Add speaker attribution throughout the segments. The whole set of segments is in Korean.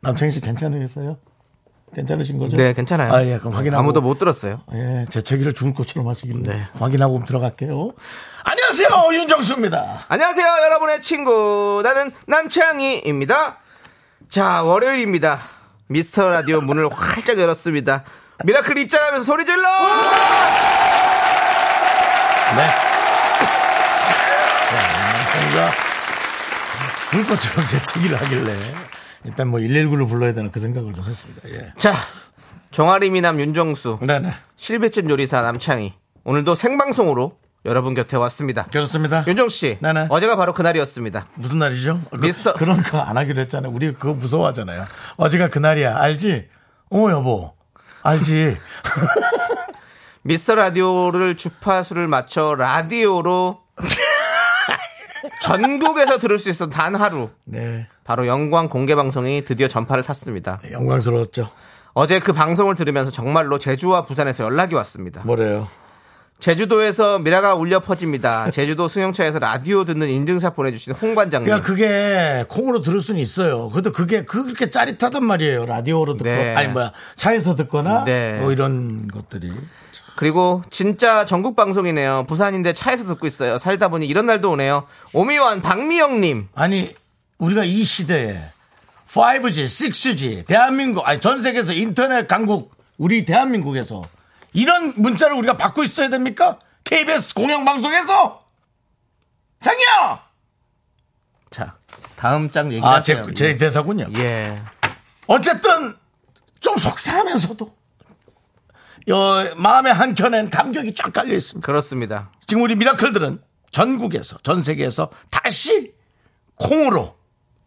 Speaker 1: 남창희 씨 괜찮으셨어요? 괜찮으신 거죠?
Speaker 2: 네, 괜찮아요.
Speaker 1: 아, 예, 그럼 확인하고.
Speaker 2: 아무도 못 들었어요.
Speaker 1: 예, 재채기를 죽을 것처럼 하시길래.
Speaker 2: 네.
Speaker 1: 확인하고 들어갈게요. 안녕하세요, 윤정수입니다.
Speaker 2: 안녕하세요, 여러분의 친구. 나는 남창희입니다. 자, 월요일입니다. 미스터 라디오 문을 활짝 열었습니다. 미라클 입장하면서 소리 질러!
Speaker 1: 네. 남창희가 죽을 것처럼 재채기를 하길래. 일단 뭐 119를 불러야 되나 그 생각을 좀 했습니다. 예.
Speaker 2: 자, 종아리 미남 윤정수,
Speaker 1: 네네.
Speaker 2: 실배집 요리사 남창희. 오늘도 생방송으로 여러분 곁에 왔습니다.
Speaker 1: 그렇습니다.
Speaker 2: 윤정씨,
Speaker 1: 네네.
Speaker 2: 어제가 바로 그날이었습니다.
Speaker 1: 무슨 날이죠? 그,
Speaker 2: 미스터-
Speaker 1: 그런 거 안 하기로 했잖아요. 우리 그거 무서워하잖아요. 어제가 그날이야. 알지? 어, 여보. 알지?
Speaker 2: 미스터 라디오를 주파수를 맞춰 라디오로 전국에서 들을 수 있었던 단 하루.
Speaker 1: 네.
Speaker 2: 바로 영광 공개 방송이 드디어 전파를 탔습니다.
Speaker 1: 영광스러웠죠.
Speaker 2: 어제 그 방송을 들으면서 정말로 제주와 부산에서 연락이 왔습니다.
Speaker 1: 뭐래요?
Speaker 2: 제주도에서 미라가 울려 퍼집니다. 제주도 승용차에서 라디오 듣는 인증샷 보내주신 홍관장님.
Speaker 1: 그러니까 그게 콩으로 들을 수는 있어요. 그래도 그게 그- 그렇게 짜릿하단 말이에요. 라디오로 듣고
Speaker 2: 네.
Speaker 1: 아니 뭐야 차에서 듣거나
Speaker 2: 네.
Speaker 1: 뭐 이런 것들이
Speaker 2: 그리고 진짜 전국 방송이네요. 부산인데 차에서 듣고 있어요. 살다 보니 이런 날도 오네요. 오미완 박미영님.
Speaker 1: 아니 우리가 이 시대에 5G, 6G 대한민국 아니 전 세계에서 인터넷 강국 우리 대한민국에서 이런 문자를 우리가 받고 있어야 됩니까? KBS 공영방송에서 장이야.
Speaker 2: 자, 다음 장 얘기하세요.
Speaker 1: 아제제 대사군요.
Speaker 2: 예.
Speaker 1: 어쨌든 좀 속상하면서도 어, 마음의 한 켠엔 감격이 쫙 깔려 있습니다.
Speaker 2: 그렇습니다.
Speaker 1: 지금 우리 미라클들은 전국에서 전 세계에서 다시 콩으로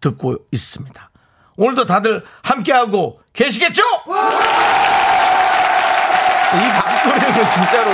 Speaker 1: 듣고 있습니다. 오늘도 다들 함께하고 계시겠죠?
Speaker 2: 이 박소리는 진짜로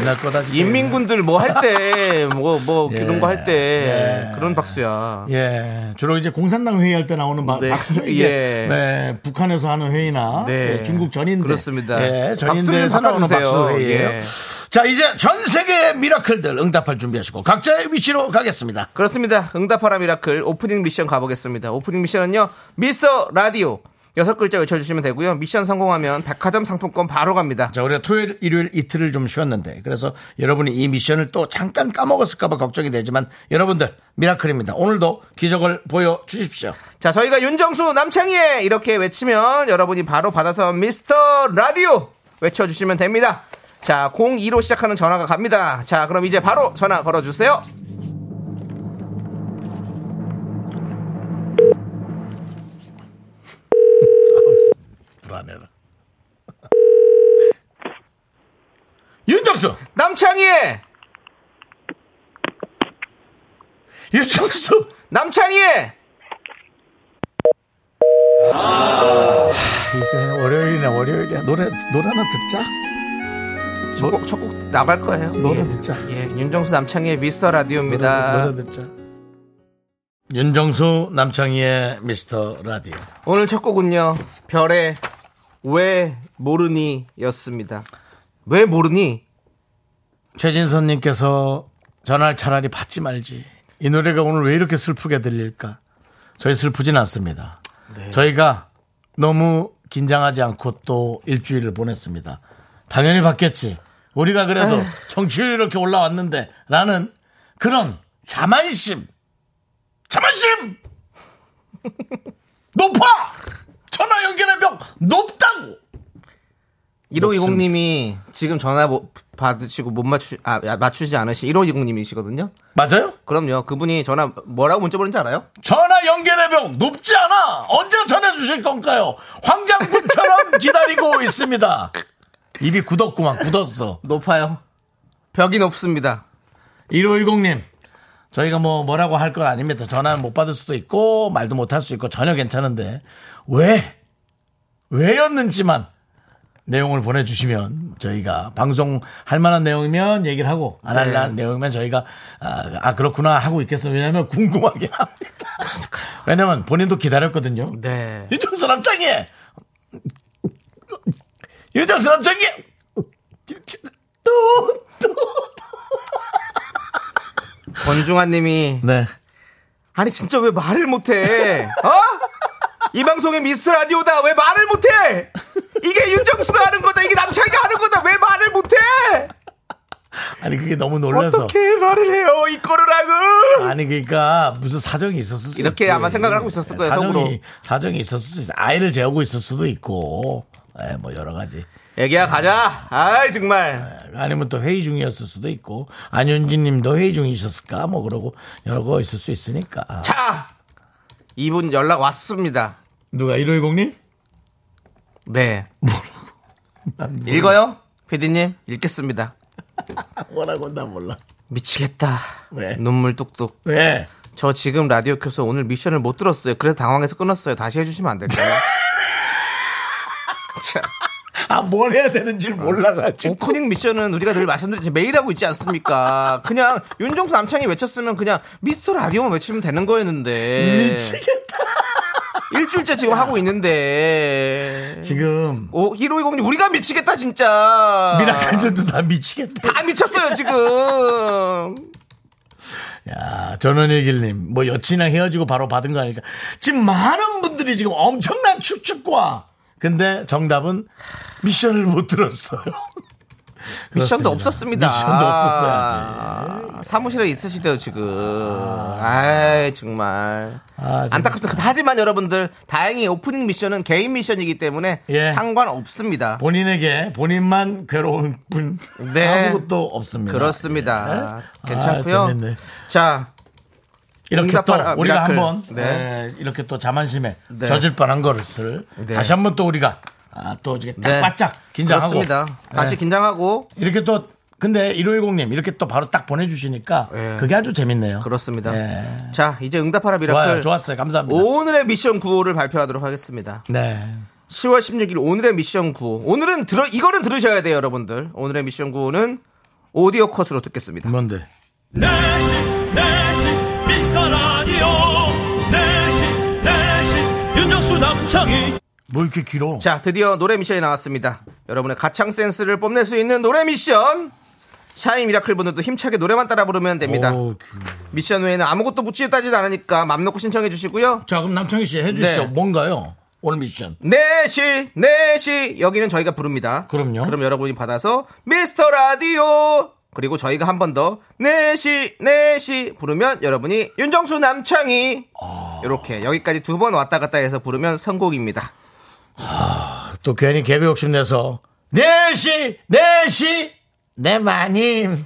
Speaker 1: 옛날 거다 진짜.
Speaker 2: 인민군들 뭐 할 때 뭐 뭐 그런 거 할 때
Speaker 1: 예.
Speaker 2: 그런 박수야.
Speaker 1: 예, 주로 이제 공산당 회의할 때 나오는 막
Speaker 2: 아. 네.
Speaker 1: 박수, 이게
Speaker 2: 예.
Speaker 1: 네, 북한에서 하는 회의나
Speaker 2: 네.
Speaker 1: 예, 중국 전인대,
Speaker 2: 그렇습니다.
Speaker 1: 예,
Speaker 2: 박수
Speaker 1: 전인대에서
Speaker 2: 좀
Speaker 1: 나오는
Speaker 2: 바꿔주세요.
Speaker 1: 박수 회의예요.
Speaker 2: 예.
Speaker 1: 자, 이제 전 세계의 미라클들 응답할 준비하시고 각자의 위치로 가겠습니다.
Speaker 2: 그렇습니다. 응답하라 미라클 오프닝 미션 가보겠습니다. 오프닝 미션은요. 미스터 라디오 여섯 글자 외쳐주시면 되고요. 미션 성공하면 백화점 상품권 바로 갑니다.
Speaker 1: 자, 우리가 토요일, 일요일 이틀을 좀 쉬었는데, 그래서 여러분이 이 미션을 또 잠깐 까먹었을까봐 걱정이 되지만, 여러분들, 미라클입니다. 오늘도 기적을 보여주십시오.
Speaker 2: 자 저희가 윤정수 남창희의 이렇게 외치면 여러분이 바로 받아서 미스터 라디오 외쳐주시면 됩니다. 자 02로 시작하는 전화가 갑니다. 자 그럼 이제 바로 전화 걸어주세요.
Speaker 1: 불안해라. 윤정수!
Speaker 2: 남창희의
Speaker 1: 윤정수!
Speaker 2: 남창희의
Speaker 1: 이제 월요일이네, 월요일이야. 노래, 노래 하나 듣자.
Speaker 2: 첫곡 첫곡 나갈 거예요.
Speaker 1: 노래
Speaker 2: 예.
Speaker 1: 듣자.
Speaker 2: 예, 윤정수 남창희의 미스터 라디오입니다.
Speaker 1: 노래 듣자. 윤정수, 남창희의 미스터 라디오.
Speaker 2: 오늘 첫 곡은요. 별의 왜 모르니였습니다. 왜 모르니?
Speaker 1: 최진선님께서 전화를 차라리 받지 말지. 이 노래가 오늘 왜 이렇게 슬프게 들릴까? 저희 슬프진 않습니다. 저희가 너무 긴장하지 않고 또 일주일을 보냈습니다. 당연히 받겠지. 우리가 그래도 정치율이 이렇게 올라왔는데 라는 그런 자만심! 자만심! 높아! 전화 연결의 벽 높다고!
Speaker 2: 1520님이 지금 전화 못 받으시고 못 맞추 아 야, 맞추지 않으신 1520님이시거든요.
Speaker 1: 맞아요?
Speaker 2: 그럼요. 그분이 전화 뭐라고 문자 보는지 알아요?
Speaker 1: 전화 연결의 벽 높지 않아 언제 전해주실 건가요 황장군처럼 기다리고 있습니다 입이 굳었구만 굳었어
Speaker 2: 높아요. 벽이 높습니다.
Speaker 1: 1510님 저희가 뭐 뭐라고 할 건 아닙니다. 전화는 못 받을 수도 있고 말도 못 할 수 있고 전혀 괜찮은데 왜 왜였는지만 내용을 보내주시면 저희가 방송 할 만한 내용이면 얘기를 하고 안
Speaker 2: 네.
Speaker 1: 할 만한 내용이면 저희가 아, 아, 그렇구나 하고 있겠어 왜냐하면 궁금하게 합니다. 왜냐면 본인도 기다렸거든요.
Speaker 2: 네.
Speaker 1: 윤정수 남창이 윤정수 남창이 또
Speaker 2: 권중환 님이
Speaker 1: 네.
Speaker 2: 아니 진짜 왜 말을 못해? 어? 이 방송의 미스 라디오다 왜 말을 못해? 이게 윤정수가 하는 거다 이게 남창이가 하는 거다 왜 말을 못해?
Speaker 1: 아니 그게 너무 놀라서
Speaker 2: 어떻게 말을 해요 이 거라고?
Speaker 1: 아니 그러니까 무슨 사정이 있었을 수
Speaker 2: 이렇게
Speaker 1: 있지.
Speaker 2: 아마 생각을 하고 있었을 거예요,
Speaker 1: 사정이
Speaker 2: 속으로.
Speaker 1: 사정이 있었을 수 있어. 아이를 재우고 있을 수도 있고. 예, 뭐 여러 가지.
Speaker 2: 애기야 가자. 아이 정말.
Speaker 1: 아니면 또 회의 중이었을 수도 있고 안윤진님도 회의 중이셨을까 뭐 그러고 여러 거 있을 수 있으니까.
Speaker 2: 자 이분 연락 왔습니다.
Speaker 1: 누가 1510님?
Speaker 2: 네.
Speaker 1: 난 몰라.
Speaker 2: 읽어요, 피디님 읽겠습니다.
Speaker 1: 아, 뭐라고 나 몰라.
Speaker 2: 미치겠다.
Speaker 1: 왜?
Speaker 2: 눈물 뚝뚝.
Speaker 1: 왜?
Speaker 2: 저 지금 라디오 켜서 오늘 미션을 못 들었어요. 그래서 당황해서 끊었어요. 다시 해주시면 안 될까요? 자,
Speaker 1: 아뭘 해야 되는지 몰라가지고.
Speaker 2: 오프닝 미션은 우리가 늘 말씀드리지 매일 하고 있지 않습니까? 그냥 윤종수 남창이 외쳤으면 그냥 미스터 라디오만 외치면 되는
Speaker 1: 어.
Speaker 2: 거였는데
Speaker 1: 미치겠다.
Speaker 2: 일주일째 지금 하고 있는데
Speaker 1: 지금
Speaker 2: 오 어, 히로이공님 우리가 미치겠다
Speaker 1: 아.
Speaker 2: 진짜
Speaker 1: 미라클들도 다 미치겠다.
Speaker 2: 다 미쳤어요 지금
Speaker 1: 야, 아, 전원일길님, 뭐 여친이랑 헤어지고 바로 받은 거 아니죠? 지금 많은 분들이 지금 엄청난 추측과 근데 정답은 미션을 못 들었어요. 그렇습니다.
Speaker 2: 미션도 없었습니다.
Speaker 1: 미션도 없었어야지.
Speaker 2: 아, 사무실에 있으시대요 지금. 아, 이 정말.
Speaker 1: 아, 정말.
Speaker 2: 안타깝다. 하지만 여러분들 다행히 오프닝 미션은 개인 미션이기 때문에
Speaker 1: 예.
Speaker 2: 상관 없습니다.
Speaker 1: 본인에게 본인만 괴로운 분
Speaker 2: 네.
Speaker 1: 아무것도 없습니다.
Speaker 2: 그렇습니다.
Speaker 1: 예.
Speaker 2: 괜찮고요.
Speaker 1: 아, 재밌네.
Speaker 2: 자,
Speaker 1: 이렇게 또
Speaker 2: 응답하라,
Speaker 1: 우리가
Speaker 2: 미라클.
Speaker 1: 한번
Speaker 2: 네.
Speaker 1: 예, 이렇게 또 자만심에
Speaker 2: 네.
Speaker 1: 젖을 뻔한 것을
Speaker 2: 네.
Speaker 1: 다시 한번 또 우리가 아, 또 이렇게 딱
Speaker 2: 네.
Speaker 1: 바짝 긴장하고
Speaker 2: 그렇습니다. 다시
Speaker 1: 예.
Speaker 2: 긴장하고
Speaker 1: 이렇게 또 근데 1510님 이렇게 또 바로 딱 보내주시니까
Speaker 2: 예.
Speaker 1: 그게 아주 재밌네요.
Speaker 2: 그렇습니다.
Speaker 1: 예.
Speaker 2: 자, 이제 응답하라 미라클.
Speaker 1: 좋아요, 좋았어요. 감사합니다.
Speaker 2: 오늘의 미션 9호를 발표하도록 하겠습니다.
Speaker 1: 네,
Speaker 2: 10월 16일 오늘의 미션 9. 오늘은 들어 이거는 들으셔야 돼요, 여러분들. 오늘의 미션 9는 오디오 컷으로 듣겠습니다.
Speaker 1: 뭔데?
Speaker 3: 내시 내시 미스터 라디오 내시 내시 윤정수 남창희
Speaker 1: 뭐 이렇게 길어?
Speaker 2: 자, 드디어 노래 미션이 나왔습니다. 여러분의 가창 센스를 뽐낼 수 있는 노래 미션. 샤이 미라클 분들도 힘차게 노래만 따라 부르면 됩니다.
Speaker 1: 오, 길.
Speaker 2: 미션 외에는 아무것도 묻지 따지지 않으니까 맘 놓고 신청해 주시고요.
Speaker 1: 자, 그럼 남창희 씨 해주시죠.
Speaker 2: 네.
Speaker 1: 뭔가요? 오늘 미션.
Speaker 2: 4시, 4시. 여기는 저희가 부릅니다.
Speaker 1: 그럼요.
Speaker 2: 그럼 여러분이 받아서 미스터 라디오. 그리고 저희가 한 번 더 4시, 4시 부르면 여러분이 윤정수 남창희.
Speaker 1: 아.
Speaker 2: 이렇게 여기까지 두 번 왔다 갔다 해서 부르면 선곡입니다.
Speaker 1: 또 괜히 개그 욕심 내서 4시, 4시, 내 마님.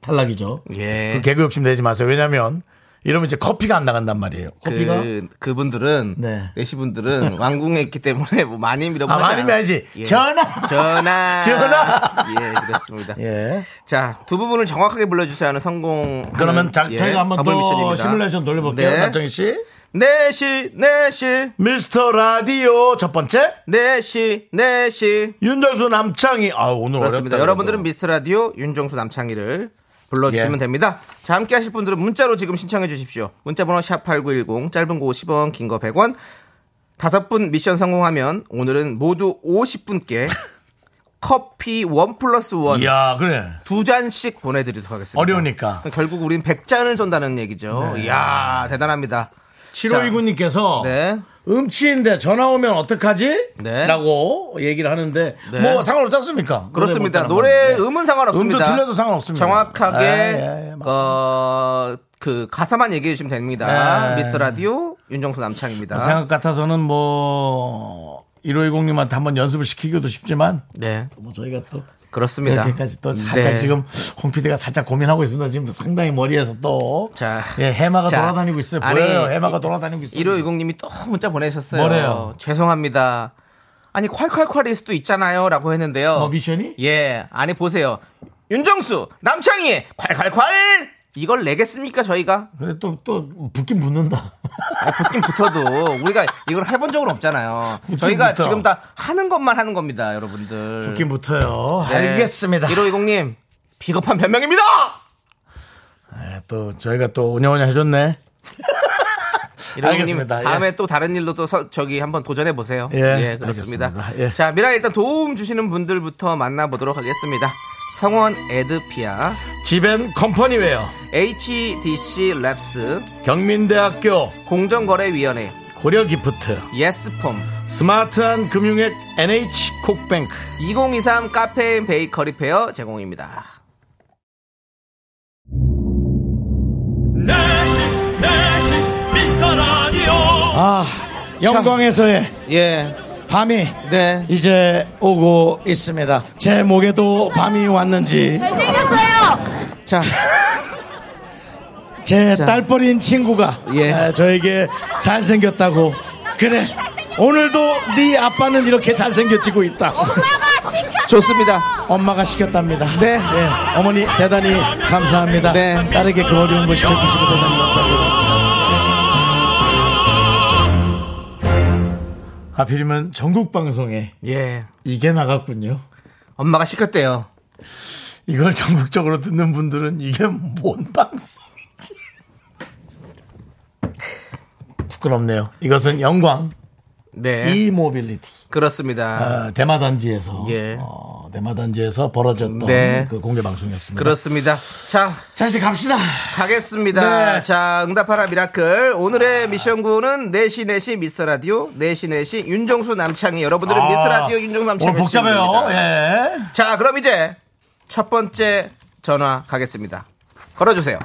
Speaker 1: 탈락이죠.
Speaker 2: 예.
Speaker 1: 그 개그 욕심 내지 마세요. 왜냐면 이러면 이제 커피가 안 나간단 말이에요. 커피가.
Speaker 2: 그, 그분들은
Speaker 1: 네.
Speaker 2: 내시 분들은 왕궁에 있기 때문에 뭐 많이
Speaker 1: 아,
Speaker 2: 밀어보지 예.
Speaker 1: 마님이 아니지. 전화!
Speaker 2: 전화
Speaker 1: 전화!
Speaker 2: 예 그렇습니다
Speaker 1: 예.
Speaker 2: 자 두 부분을 정확하게 불러주셔야 하는 예, 성공
Speaker 1: 그러면 자, 저희가 한번 예. 더 시뮬레이션
Speaker 2: 네.
Speaker 1: 돌려볼게요. 남창희 씨.
Speaker 2: 네시 네시
Speaker 1: 미스터 라디오 첫 번째.
Speaker 2: 네시 네시
Speaker 1: 윤정수 남창희. 아, 오늘
Speaker 2: 그렇습니다
Speaker 1: 어렵다.
Speaker 2: 여러분들은
Speaker 1: 그래도.
Speaker 2: 미스터 라디오 윤종수 남창희를 불러주시면
Speaker 1: 예.
Speaker 2: 됩니다 자 함께 하실 분들은 문자로 지금 신청해 주십시오 문자번호 샵8910 짧은 거 50원 긴 거 100원 다섯 분 미션 성공하면 오늘은 모두 50분께 커피 원 플러스 원
Speaker 1: 이야, 그래.
Speaker 2: 두 잔씩 보내드리도록 하겠습니다.
Speaker 1: 어려우니까.
Speaker 2: 결국 우린 100잔을 쏜다는 얘기죠.
Speaker 1: 네.
Speaker 2: 이야, 대단합니다.
Speaker 1: 7529님께서
Speaker 2: 네.
Speaker 1: 음치인데 전화 오면 어떡하지?
Speaker 2: 네.
Speaker 1: 라고 얘기를 하는데
Speaker 2: 네.
Speaker 1: 뭐 상관없지 않습니까?
Speaker 2: 그렇습니다.
Speaker 1: 못 따는
Speaker 2: 노래
Speaker 1: 건.
Speaker 2: 음은 상관없습니다.
Speaker 1: 뭐, 음도 틀려도 상관없습니다.
Speaker 2: 정확하게
Speaker 1: 예, 예, 맞습니다.
Speaker 2: 어, 그 가사만 얘기해 주시면 됩니다.
Speaker 1: 예.
Speaker 2: 미스터 라디오 윤정수 남창입니다.
Speaker 1: 뭐 생각 같아서는 뭐 1520님한테 한번 연습을 시키기도 쉽지만
Speaker 2: 네,
Speaker 1: 뭐 저희가 또
Speaker 2: 그렇습니다.
Speaker 1: 이렇게까지 또 살짝
Speaker 2: 네.
Speaker 1: 지금 홍 PD가 살짝 고민하고 있습니다. 지금 상당히 머리에서 또
Speaker 2: 자.
Speaker 1: 예, 해마가
Speaker 2: 자.
Speaker 1: 돌아다니고 있어요.
Speaker 2: 아니,
Speaker 1: 보여요. 해마가
Speaker 2: 이-
Speaker 1: 돌아다니고 있어요.
Speaker 2: 1520님이 또 문자 보내셨어요.
Speaker 1: 뭐래요?
Speaker 2: 죄송합니다. 아니 콸콸콸일 수도 있잖아요. 라고
Speaker 1: 뭐,
Speaker 2: 했는데요.
Speaker 1: 어, 미션이?
Speaker 2: 예. 아니 보세요. 윤정수 남창희의 콸콸콸 이걸 내겠습니까 저희가?
Speaker 1: 근데 또, 또, 붙긴 붙는다.
Speaker 2: 아니, 붙긴 붙어도 우리가 이걸 해본 적은 없잖아요.
Speaker 1: 붙긴
Speaker 2: 저희가
Speaker 1: 붙어.
Speaker 2: 지금 다 하는 것만 하는 겁니다, 여러분들.
Speaker 1: 붙긴 붙어요.
Speaker 2: 네.
Speaker 1: 알겠습니다.
Speaker 2: 1520님 비겁한 변명입니다.
Speaker 1: 네, 또, 저희가 또, 오냐오냐 해줬네.
Speaker 2: 1520님
Speaker 1: 알겠습니다. 예.
Speaker 2: 다음에 또 다른 일로 또 서- 저기 한번 도전해 보세요.
Speaker 1: 예,
Speaker 2: 예, 그렇습니다.
Speaker 1: 알겠습니다. 예.
Speaker 2: 자 미라 일단 도움 주시는 분들부터 만나보도록 하겠습니다. 성원 에드피아,
Speaker 1: 지벤 컴퍼니웨어,
Speaker 2: HDC 랩스,
Speaker 1: 경민대학교,
Speaker 2: 공정거래위원회,
Speaker 1: 고려기프트,
Speaker 2: 예스폼,
Speaker 1: 스마트한 금융앱 NH콕뱅크,
Speaker 2: 2023 카페인 베이커리 페어 제공입니다.
Speaker 3: 내시 내시 미스터 라디오
Speaker 4: 아, 영광에서의
Speaker 2: 예,
Speaker 4: 밤이
Speaker 2: 네.
Speaker 4: 이제 오고 있습니다. 제 목에도 밤이 왔는지
Speaker 2: 자,
Speaker 4: 제
Speaker 2: 자.
Speaker 4: 딸버린 친구가
Speaker 2: 예.
Speaker 4: 에, 저에게 잘생겼다고 그래 오늘도 네 아빠는 이렇게 잘생겨지고 있다.
Speaker 2: 좋습니다.
Speaker 4: 엄마가 시켰답니다.
Speaker 2: 네.
Speaker 4: 예, 어머니 대단히 감사합니다.
Speaker 2: 네.
Speaker 4: 딸에게 그 어려운 걸
Speaker 1: 아,
Speaker 4: 시켜주시고 대단히 감사합니다.
Speaker 1: 하필이면 전국방송에
Speaker 2: 예,
Speaker 1: 이게 나갔군요.
Speaker 2: 엄마가 시켰대요.
Speaker 1: 이걸 전국적으로 듣는 분들은 이게 뭔 방송인지. 부끄럽네요. 이것은 영광,
Speaker 2: 네,
Speaker 1: 이모빌리티.
Speaker 2: 그렇습니다.
Speaker 1: 어, 대마단지에서
Speaker 2: 예.
Speaker 1: 어, 대마단지에서 벌어졌던
Speaker 2: 네.
Speaker 1: 그 공개 방송이었습니다.
Speaker 2: 그렇습니다. 자,
Speaker 1: 자 이제 갑시다.
Speaker 2: 가겠습니다.
Speaker 1: 네.
Speaker 2: 자, 응답하라 미라클. 오늘의 미션구는 4시 4시 미스터 라디오, 4시 4시 윤정수 남창희. 여러분들은 미스터 라디오 윤정수 남창희.
Speaker 1: 아, 오늘 복잡해요.
Speaker 2: 시간입니다.
Speaker 1: 예.
Speaker 2: 자, 그럼 이제 첫 번째 전화 가겠습니다. 걸어주세요.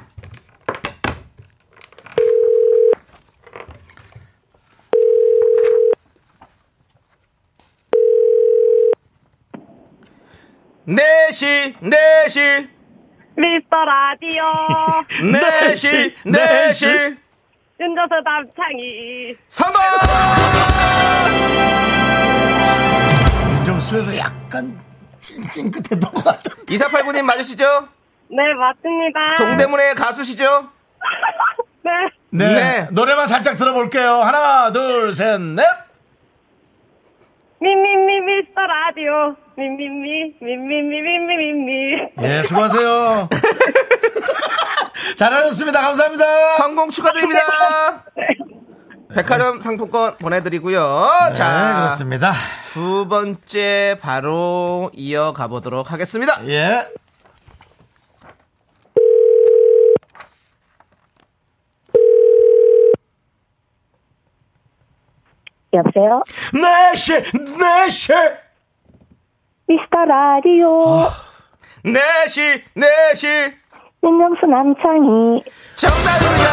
Speaker 2: 네시네시
Speaker 5: 미스터 라디오
Speaker 2: 네시네시
Speaker 5: 윤정수 남창희
Speaker 2: 선물!
Speaker 1: 윤정수에서 약간 찡찡 끝에 넘어갔던
Speaker 2: 2489님 맞으시죠?
Speaker 5: 네 맞습니다
Speaker 2: 동대문의 가수시죠?
Speaker 5: 네
Speaker 1: 네.
Speaker 2: 네.
Speaker 1: 노래만 살짝 들어볼게요. 하나, 둘, 셋, 넷.
Speaker 5: 미미미 미스터 라디오 미미미 미미미 미미미
Speaker 1: 예, 수고하세요. 잘하셨습니다. 감사합니다.
Speaker 2: 성공 축하드립니다. 백화점 상품권 보내드리고요.
Speaker 1: 네,
Speaker 2: 자,
Speaker 1: 그렇습니다.
Speaker 2: 두 번째 바로 이어가 보도록 하겠습니다.
Speaker 1: 예.
Speaker 5: 여보세요
Speaker 1: 네시, 네시.
Speaker 5: 미스터
Speaker 6: 아.
Speaker 5: 라디오
Speaker 2: 네시, 네시,
Speaker 5: 윤정수 남창희
Speaker 2: 정답입니다.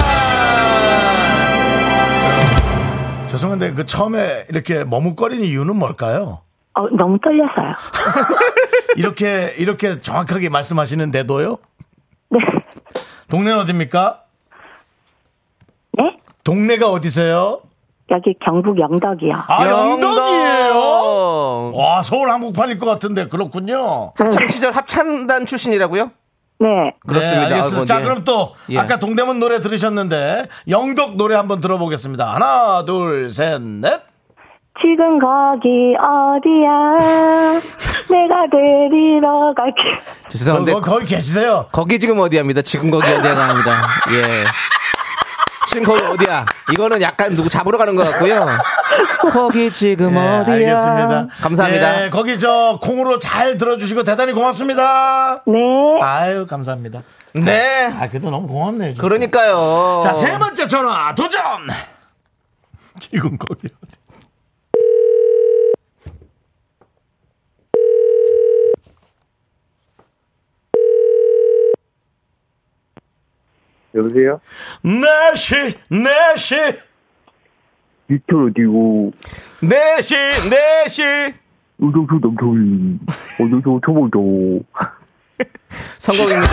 Speaker 1: 죄송한데 그 처음에 이렇게 머뭇거리는 이유는 뭘까요?
Speaker 5: 어, 너무 떨려서요
Speaker 1: 이렇게 이렇게 정확하게 말씀하시는데도요.
Speaker 5: 네
Speaker 1: 동네는 어디입니까?
Speaker 5: 네?
Speaker 1: 동네가 어디세요?
Speaker 5: 여기 경북 영덕이요
Speaker 1: 아, 영덕이에요.
Speaker 2: 영덕.
Speaker 1: 와, 서울 한복판일 것 같은데 그렇군요.
Speaker 2: 학창 시절 합창단 출신이라고요?
Speaker 5: 네
Speaker 2: 그렇습니다.
Speaker 1: 네, 알겠습니다.
Speaker 2: 아이고,
Speaker 1: 자,
Speaker 2: 네.
Speaker 1: 그럼 또
Speaker 2: 예.
Speaker 1: 아까 동대문 노래 들으셨는데 영덕 노래 한번 들어보겠습니다. 하나, 둘, 셋, 넷.
Speaker 5: 지금 거기 어디야 내가 데리러 갈게
Speaker 2: 죄송한데
Speaker 1: 어, 거기 계시세요.
Speaker 2: 거기 지금 어디야입니다. 지금 거기 어디야가 아닙니다. 예. 지금 거기 어디야? 이거는 약간 누구 잡으러 가는 것 같고요. 거기 지금
Speaker 1: 예,
Speaker 2: 어디야?
Speaker 1: 알겠습니다.
Speaker 2: 감사합니다.
Speaker 1: 예, 거기 저 콩으로 잘 들어주시고 대단히 고맙습니다.
Speaker 5: 네
Speaker 1: 아유, 감사합니다.
Speaker 2: 네.
Speaker 1: 아, 그래도 너무 고맙네요. 진짜.
Speaker 2: 그러니까요.
Speaker 1: 자, 세 번째 전화 도전. 지금 거기 어디?
Speaker 6: 여보세요?
Speaker 1: 네시, 네시.
Speaker 6: 미스터 라디오,
Speaker 2: 네시, 네시.
Speaker 6: 우동수 남성인, 어디서 초보죠.
Speaker 2: 성공입니다.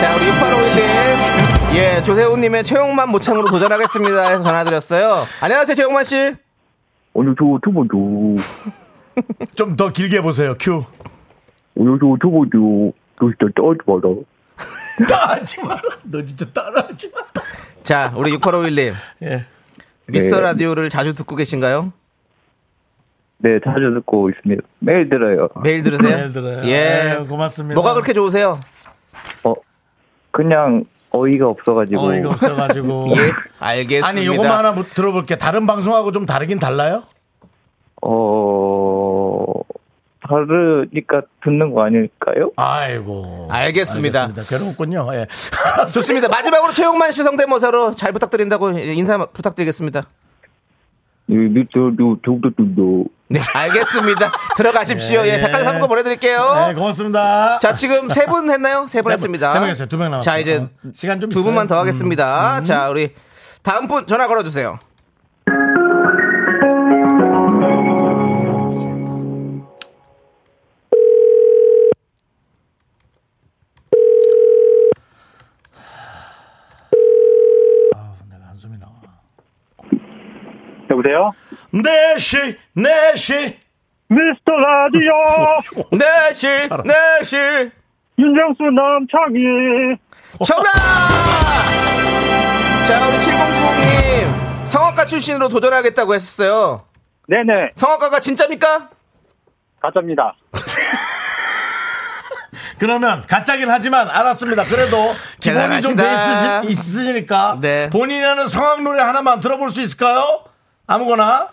Speaker 2: 자, 우리 6855님. 예, 조세호님의 최용만 모창으로 도전하겠습니다. 해서 전화드렸어요. 안녕하세요, 최용만 씨.
Speaker 6: 어디서 초보죠.
Speaker 1: 좀 더 길게 보세요. 큐.
Speaker 6: 어디서 초보죠. 너 진짜 짜지 마라.
Speaker 1: 따라하지 마라. 너 진짜 따라하지 마.
Speaker 2: 자, 우리 6851님.
Speaker 1: 예.
Speaker 2: 미스터
Speaker 6: 네.
Speaker 2: 라디오를 자주 듣고 계신가요?
Speaker 6: 네, 자주 듣고 있습니다. 매일 들어요.
Speaker 2: 매일 들으세요?
Speaker 1: 매일 들어요.
Speaker 2: 예.
Speaker 1: 아유, 고맙습니다.
Speaker 2: 뭐가 그렇게 좋으세요?
Speaker 6: 어, 그냥 어이가 없어가지고.
Speaker 1: 어이가 없어가지고.
Speaker 2: 예. 알겠습니다.
Speaker 1: 아니, 요것만 하나 뭐 들어볼게. 다른 방송하고 좀 다르긴 달라요?
Speaker 6: 어, 다르니까 듣는 거 아닐까요?
Speaker 1: 아이고.
Speaker 2: 알겠습니다.
Speaker 1: 알겠습니다. 괴로웠군요. 예.
Speaker 2: 좋습니다. 마지막으로 최용만 씨 성대모사로 잘 부탁드린다고 인사 부탁드리겠습니다.
Speaker 6: 예, 미스터 라디오 정도 듣도.
Speaker 2: 네, 알겠습니다. 들어가십시오. 예,
Speaker 1: 예.
Speaker 2: 백화점 상품 보내드릴게요.
Speaker 1: 네, 고맙습니다. 뭐
Speaker 2: 자, 지금 세 분 했나요? 세 분 했습니다.
Speaker 1: 세 명 했어요. 두명 남았어요.
Speaker 2: 자, 이제
Speaker 1: 어, 시간 좀
Speaker 2: 두
Speaker 1: 있어요.
Speaker 2: 분만 더
Speaker 1: 음,
Speaker 2: 하겠습니다. 자, 우리 다음 분 전화 걸어주세요.
Speaker 1: 한숨이 나와.
Speaker 7: 여보세요?
Speaker 1: 음. 네시, 네시. 어,
Speaker 7: 미스터 라디오
Speaker 2: 네시, 네시,
Speaker 7: 윤정수 남창희
Speaker 2: 정답! 자, 우리 709님 성악가 출신으로 도전하겠다고 했었어요.
Speaker 7: 네네
Speaker 2: 성악가가 진짜입니까?
Speaker 7: 가짜입니다
Speaker 1: 그러면 가짜긴 하지만 알았습니다. 그래도 기본이 좀 돼
Speaker 2: 대단하시다.
Speaker 1: 있으시, 니까
Speaker 2: 네.
Speaker 1: 본인이 하는 성악 노래 하나만 들어볼 수 있을까요? 아무거나.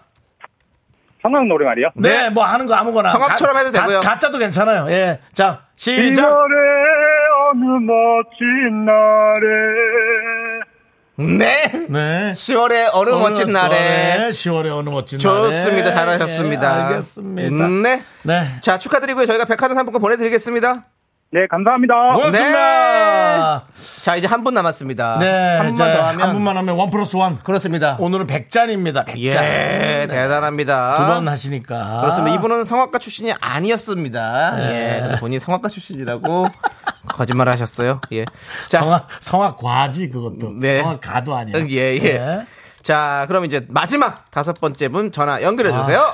Speaker 7: 성악 노래 말이요
Speaker 1: 네,
Speaker 2: 네.
Speaker 1: 뭐 하는 거 아무거나.
Speaker 2: 성악처럼 해도 되고요.
Speaker 1: 가, 짜도 괜찮아요. 예. 자,
Speaker 7: 이
Speaker 1: 시작.
Speaker 7: 노래 어느 멋진 날에
Speaker 2: 네.
Speaker 1: 네.
Speaker 2: 10월의 어느 멋진 날에.
Speaker 1: 10월에 어느 멋진 날에.
Speaker 2: 좋습니다. 잘하셨습니다.
Speaker 1: 예, 알겠습니다.
Speaker 2: 네.
Speaker 1: 네.
Speaker 2: 자, 축하드리고요. 저희가 백화점 상품권 보내드리겠습니다. 네.
Speaker 7: 네 감사합니다
Speaker 1: 고맙습니다.
Speaker 2: 자, 이제 한 분 남았습니다.
Speaker 1: 네.
Speaker 2: 아, 한
Speaker 1: 이제
Speaker 2: 분만 더 하면.
Speaker 1: 한 분만 하면 원 플러스 원.
Speaker 2: 그렇습니다.
Speaker 1: 오늘은 백잔입니다.
Speaker 2: 예,
Speaker 1: 백잔.
Speaker 2: 대단합니다.
Speaker 1: 두 번 하시니까.
Speaker 2: 그렇습니다. 이분은 성악가 출신이 아니었습니다.
Speaker 1: 네.
Speaker 2: 예. 근데 본인 성악가 출신이라고 거짓말 하셨어요. 예. 자,
Speaker 1: 성악, 성악과지 그것도.
Speaker 2: 네.
Speaker 1: 성악가도 아니에요. 네.
Speaker 2: 예, 예. 자, 그럼 이제 마지막 다섯 번째 분 전화 연결해
Speaker 1: 아.
Speaker 2: 주세요.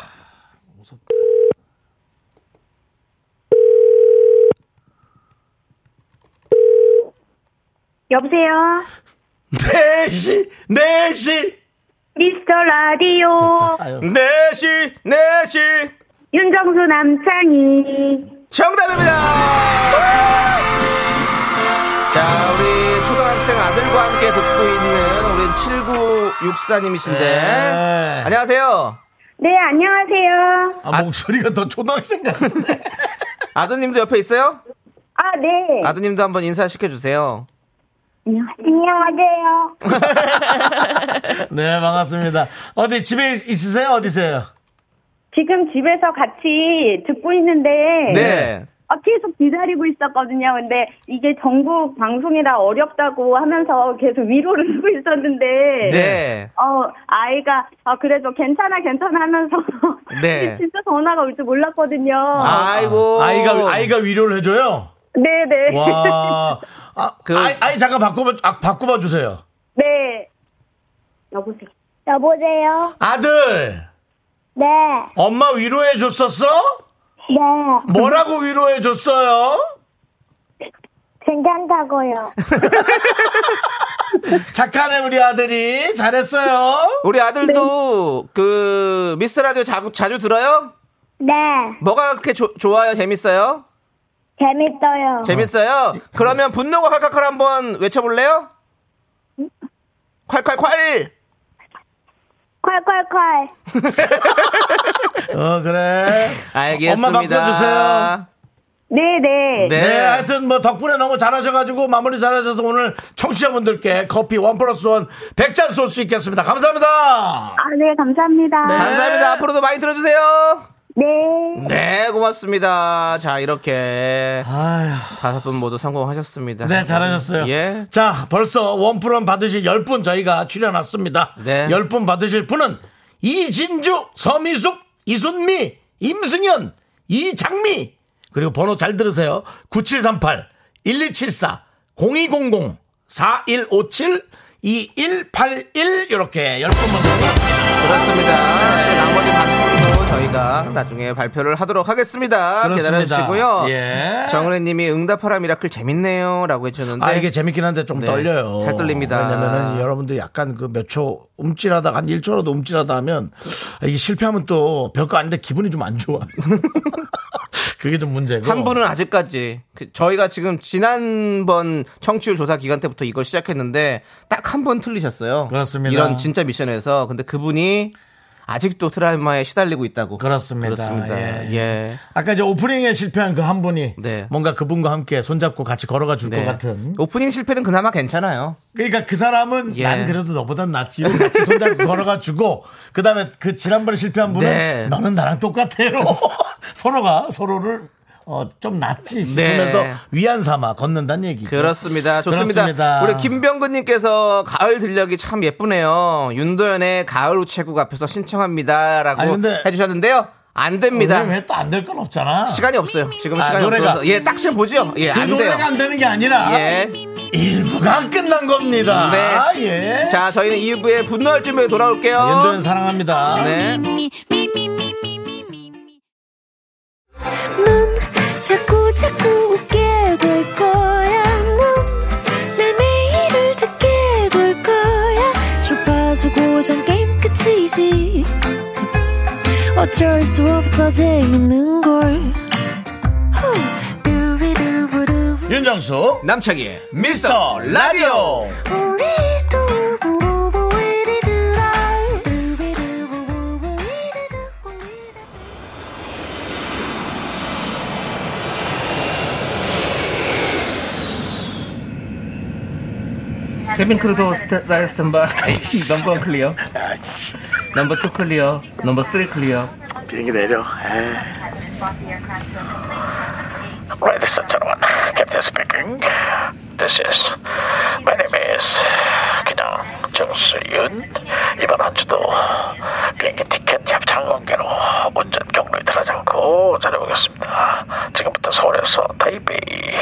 Speaker 5: 여보세요?
Speaker 1: 네시 네시
Speaker 5: 미스터 라디오.
Speaker 1: 아유,
Speaker 2: 네시, 네시,
Speaker 5: 어, 윤정수 남창희.
Speaker 2: 정답입니다! 자, 우리 초등학생 아들과 함께 듣고 있는 우리 7964님이신데.
Speaker 1: 네.
Speaker 2: 안녕하세요.
Speaker 5: 네, 안녕하세요.
Speaker 1: 아, 목소리가 더 초등학생 같은데
Speaker 2: 아드님도 옆에 있어요?
Speaker 5: 아, 네.
Speaker 2: 아드님도 한번 인사시켜주세요.
Speaker 5: 안녕하세요.
Speaker 1: 네 반갑습니다 어디 집에 있- 있으세요 어디세요
Speaker 5: 지금 집에서 같이 듣고 있는데.
Speaker 2: 네.
Speaker 5: 아, 계속 기다리고 있었거든요. 근데 이게 전국 방송이라 어렵다고 하면서 계속 위로를 쓰고 있었는데.
Speaker 2: 네.
Speaker 5: 어, 아이가, 아, 그래도 괜찮아, 괜찮아 하면서.
Speaker 2: 네.
Speaker 5: 진짜 전화가 올 줄 몰랐거든요.
Speaker 2: 아이고.
Speaker 1: 아이가 아이가 위로를 해줘요
Speaker 5: 네네.
Speaker 1: 와 아,
Speaker 2: 그-
Speaker 1: 아이, 아이 잠깐 바꿔봐 아, 바꿔봐 주세요
Speaker 5: 네. 여보세요. 여보세요?
Speaker 1: 아들
Speaker 5: 네.
Speaker 1: 엄마 위로해 줬었어
Speaker 5: 네.
Speaker 1: 뭐라고 위로해 줬어요
Speaker 5: 괜찮다고요.
Speaker 1: 착하네 우리 아들이 잘했어요
Speaker 2: 우리 아들도 그 미스 라디오 자, 자주 들어요?
Speaker 5: 네.
Speaker 2: 뭐가 그렇게 조- 좋아요? 재밌어요?
Speaker 5: 재밌어요.
Speaker 1: 아.
Speaker 2: 재밌어요? 그러면 분노가 칼칼칼 한번 외쳐볼래요? 콸콸콸!
Speaker 5: 콸콸콸.
Speaker 1: 어 그래
Speaker 2: 알겠습니다.
Speaker 1: 엄마 바꿔주세요.
Speaker 5: 네네.
Speaker 2: 네.
Speaker 1: 네. 하여튼 뭐 덕분에 너무 잘하셔가지고 마무리 잘하셔서 오늘 청취자분들께 커피 원 플러스 원 100잔 쏠 수 있겠습니다. 감사합니다.
Speaker 5: 아, 네, 감사합니다.
Speaker 1: 네.
Speaker 2: 감사합니다. 앞으로도 많이 들어주세요.
Speaker 5: 네.
Speaker 2: 네, 고맙습니다. 자, 이렇게
Speaker 1: 아휴.
Speaker 2: 다섯 분 모두 성공하셨습니다.
Speaker 1: 네, 잘하셨어요.
Speaker 2: 예.
Speaker 1: 자, 벌써 원프런 받으실 10분 저희가 추려놨습니다.
Speaker 2: 네.
Speaker 1: 10분 받으실 분은 이진주, 서미숙, 이순미, 임승현, 이장미, 그리고 번호 잘 들으세요. 9738, 1274, 0200, 4157, 2181, 이렇게 10분 받으 네.
Speaker 2: 그렇습니다. 나머지 40분도 저희가 저희가 나중에 발표를 하도록 하겠습니다. 아, 기다려
Speaker 1: 그렇습니다.
Speaker 2: 주시고요.
Speaker 1: 예.
Speaker 2: 정은혜 님이 응답하라 미라클 재밌네요라고 해 주셨는데
Speaker 1: 아 이게 재밌긴 한데 좀
Speaker 2: 네,
Speaker 1: 떨려요.
Speaker 2: 살 떨립니다.
Speaker 1: 왜냐면은 여러분들 약간 그 몇 초 움찔하다 한 1초라도 움찔하다 하면 아, 이게 실패하면 또 별거 아닌데 기분이 좀 안 좋아. 그게 좀 문제고.
Speaker 2: 한 분은 아직까지 그 저희가 지금 지난번 청취율 조사 기간 때부터 이걸 시작했는데 딱 한 번 틀리셨어요.
Speaker 1: 그렇습니다.
Speaker 2: 이런 진짜 미션에서 근데 그분이 아직도 트라우마에 시달리고 있다고.
Speaker 1: 그렇습니다.
Speaker 2: 그렇습니다.
Speaker 1: 예.
Speaker 2: 예.
Speaker 1: 아까 이제 오프닝에 실패한 그 한 분이
Speaker 2: 네.
Speaker 1: 뭔가 그분과 함께 손잡고 같이 걸어가 줄 것
Speaker 2: 네.
Speaker 1: 같은.
Speaker 2: 오프닝 실패는 그나마 괜찮아요.
Speaker 1: 그러니까 그 사람은
Speaker 2: 예.
Speaker 1: 난 그래도 너보단 낫지. 같이 손잡고 걸어가 주고 그다음에 그 지난번에 실패한 분은
Speaker 2: 네.
Speaker 1: 너는 나랑 똑같아요. 서로가 서로를 어, 좀 낫지 싶으면서
Speaker 2: 네.
Speaker 1: 위안 삼아 걷는다는 얘기죠.
Speaker 2: 그렇습니다. 좋습니다.
Speaker 1: 그렇습니다.
Speaker 2: 우리 김병근님께서 가을 들녘이 참 예쁘네요. 윤도현의 가을 우체국 앞에서 신청합니다라고
Speaker 1: 아니, 근데-
Speaker 2: 해주셨는데요. 안 됩니다.
Speaker 1: 왜 또 안 될 건 없잖아.
Speaker 2: 시간이 없어요. 지금
Speaker 1: 아,
Speaker 2: 시간이
Speaker 1: 노래가-
Speaker 2: 없어서 예, 딱 지금 보죠. 예,
Speaker 1: 그
Speaker 2: 안 돼요.
Speaker 1: 노래가 안 되는 게 아니라
Speaker 2: 예.
Speaker 1: 일부가 끝난 겁니다.
Speaker 2: 네.
Speaker 1: 예.
Speaker 2: 자, 저희는 2부에 분노할 준비에 돌아올게요.
Speaker 1: 윤도현 사랑합니다.
Speaker 2: 네.
Speaker 8: 넌 자꾸 자꾸 웃게 될 거야. 넌내 매일을 듣게 될 거야. 주파수 고정 게임 끝이지. 어쩔 수 없어 재밌는 걸. 후. 두비두부두.
Speaker 1: 윤정수
Speaker 2: 남창희의 미스터 라디오.
Speaker 8: 우리 두부부부 우리들아. 두비두부부부 우리들아. 우리들아.
Speaker 2: 케빈 크루도 스타일 스탠바. 넘버 1 클리어. 넘버 2 클리어. 넘버 3 클리어.
Speaker 9: Ladies and gentlemen, Captain speaking. This is my name is 그냥 정수윤. 이번 한 주도 비행기 티켓 협찬 관계로 운전 경로에 들어가지 않고 잘해보겠습니다. 지금부터 서울에서 타이베이,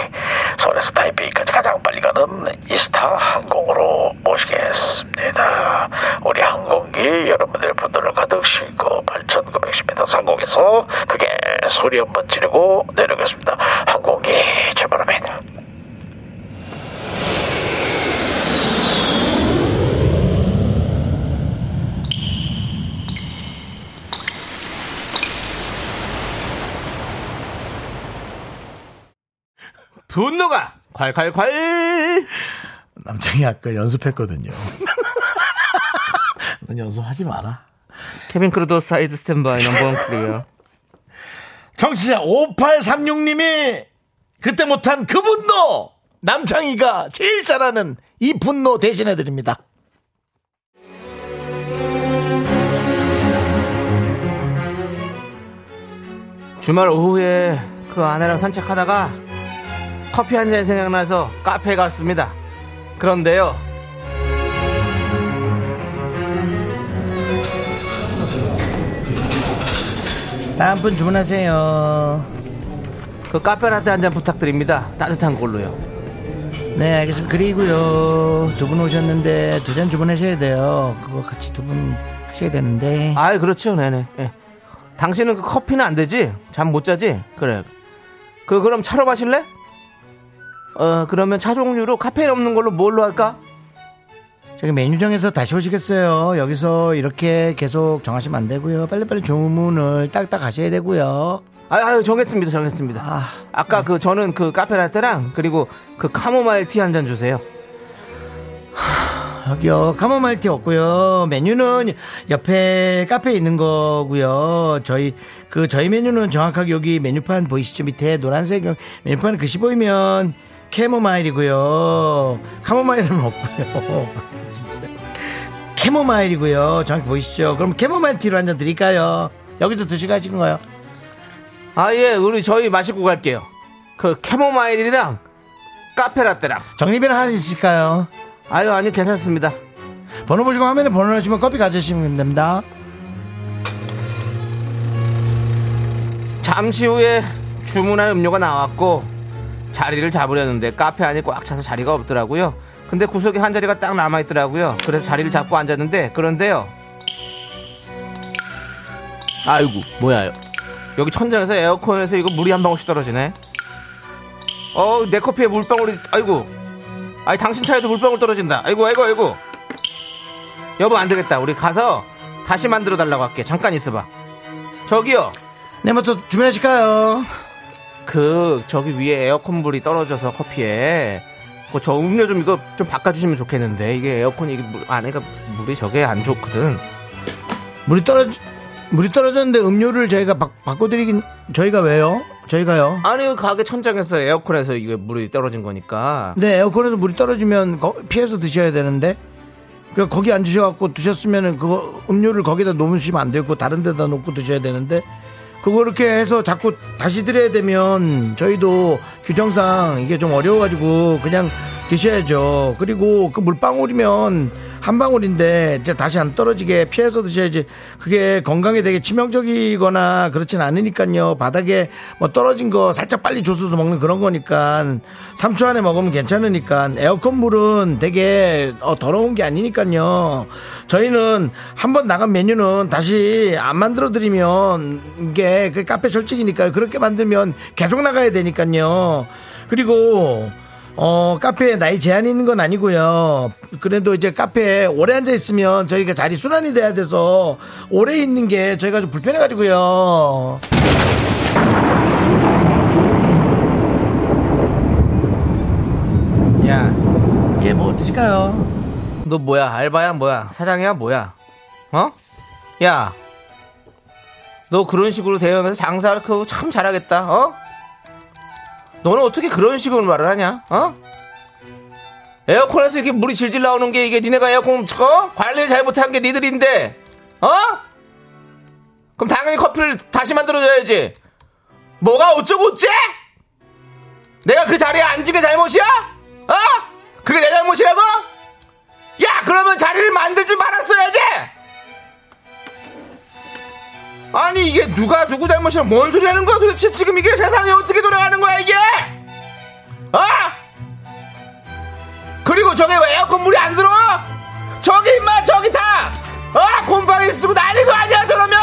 Speaker 9: 서울에서 타이베이까지 가장 빨리 가는 이스타 항공으로 모시겠습니다. 우리 항공기 여러분들 분들을 가득 싣고 8,910m 상공에서 그게 소리 한 번 지르고 내려가겠습니다. 항공기 출발합니다.
Speaker 2: 분노가 콸콸콸.
Speaker 1: 남창이 아까 연습했거든요. 넌 연습하지 마라.
Speaker 2: 케빈 크루도 사이드 스탠바이 넘버 1 클리어.
Speaker 1: 정치자 5836님이 그때 못한 그 분노! 남창이가 제일 잘하는 이 분노 대신해드립니다.
Speaker 2: 주말 오후에 그 아내랑 산책하다가 커피 한 잔 생각나서 카페에 갔습니다. 그런데요. 다음 분 주문하세요. 그 카페라떼 한 잔 부탁드립니다. 따뜻한 걸로요. 네, 알겠습니다. 그리고요. 두 분 오셨는데 두 잔 주문하셔야 돼요. 그거 같이 두 분 하셔야 되는데. 아, 그렇죠. 네네. 예. 당신은 그 커피는 안 되지? 잠 못 자지? 그래. 그 그럼 차로 마실래? 어 그러면 차 종류로 카페인 없는 걸로 뭘로 할까?
Speaker 1: 저기 메뉴 정해서 다시 오시겠어요? 여기서 이렇게 계속 정하시면 안 되고요. 빨리빨리 주문을 딱딱 하셔야 되고요.
Speaker 2: 아유, 아유 정했습니다 정했습니다.
Speaker 1: 아.
Speaker 2: 아, 까그 저는 그 카페라떼랑 그리고 그 카모마일 티 한 잔 주세요.
Speaker 1: 저기요, 카모마일티 없고요. 메뉴는 옆에 카페에 있는 거고요. 저희 그 저희 메뉴는 정확하게 여기 메뉴판 보이시죠? 밑에 노란색 메뉴판 글씨 보이면 캐모마일이고요. 카모마일은 없고요. 진짜. 캐모마일이고요. 정확히 보이시죠? 그럼 캐모마일티로 한 잔 드릴까요? 여기서 드시고 하시는 거요.
Speaker 2: 아 예 우리 저희 마시고 갈게요. 그 캐모마일이랑 카페라떼랑.
Speaker 1: 정리비를 하나 있을까요?
Speaker 2: 아유 아니 괜찮습니다.
Speaker 1: 번호 보시고 화면에 번호를 하시면 커피 가져오시면 됩니다.
Speaker 2: 잠시 후에 주문한 음료가 나왔고 자리를 잡으려는데 카페 안이 꽉 차서 자리가 없더라고요. 근데 구석에 한 자리가 딱 남아 있더라고요. 그래서 자리를 잡고 앉았는데 그런데요.
Speaker 10: 아이고 뭐야
Speaker 2: 여기 천장에서 에어컨에서 이거 물이 한 방울씩 떨어지네. 어, 내 커피에 물방울이 아이고. 아니 당신 차에도 물방울 떨어진다. 아이고 아이고 아이고. 여보 안 되겠다. 우리 가서 다시 만들어 달라고 할게. 잠깐 있어 봐. 저기요. 네,
Speaker 1: 내
Speaker 2: 뭐
Speaker 1: 모터 주문하실까요?
Speaker 2: 그 저기 위에 에어컨 물이 떨어져서 커피에 그 저 음료 좀 이거 좀 바꿔 주시면 좋겠는데. 이게 에어컨이 이게 물, 안에가 물이 저게 안 좋거든.
Speaker 1: 물이 떨어지 물이 떨어졌는데 음료를 저희가 바, 바꿔드리긴 저희가 왜요? 저희가요.
Speaker 2: 아니 그 가게 천장에서 에어컨에서 이게 물이 떨어진 거니까.
Speaker 1: 네 에어컨에서 물이 떨어지면 거- 피해서 드셔야 되는데 그 거기 앉으셔갖고 드셨으면은 그거 음료를 거기다 놓으시면 안 되고 다른 데다 놓고 드셔야 되는데 그거 그렇게 해서 자꾸 다시 드려야 되면 저희도 규정상 이게 좀 어려워가지고 그냥 드셔야죠. 그리고 그 물방울이면 한 방울인데 이제 다시 안 떨어지게 피해서 드셔야지 그게 건강에 되게 치명적이거나 그렇진 않으니까요. 바닥에 뭐 떨어진 거 살짝 빨리 조수서 먹는 그런 거니까 3초 안에 먹으면 괜찮으니까 에어컨 물은 되게 어, 더러운 게 아니니까요. 저희는 한 번 나간 메뉴는 다시 안 만들어 드리면 이게 그 카페 철칙이니까요. 그렇게 만들면 계속 나가야 되니까요. 그리고 어, 카페에 나이 제한이 있는 건 아니고요. 그래도 이제 카페에 오래 앉아 있으면 저희가 자리 순환이 돼야 돼서 오래 있는 게 저희가 좀 불편해 가지고요.
Speaker 2: 야.
Speaker 1: 예, 뭐 드실까요?
Speaker 2: 너 뭐야 알바야 뭐야 사장이야 뭐야 어? 야 너 그런 식으로 대응해서 장사를 크고 참 잘하겠다 어? 너는 어떻게 그런 식으로 말을 하냐 어? 에어컨에서 이렇게 물이 질질 나오는 게 이게 니네가 에어컨 어? 관리 잘못한 게 니들인데 어? 그럼 당연히 커피를 다시 만들어줘야지 뭐가 어쩌고 어째? 내가 그 자리에 앉은 게 잘못이야? 어? 그게 내 잘못이라고? 야 그러면 자리를 만들지 말았어야지 아니 이게 누가 누구 잘못이라 뭔 소리 하는 거야 도대체 지금 이게 세상이 어떻게 돌아가는 거야 이게 어? 그리고 저게 왜 에어컨 물이 안 들어와 저기 임마 저기 다 어? 곰팡이 쓰고 난리도 아니야 저러면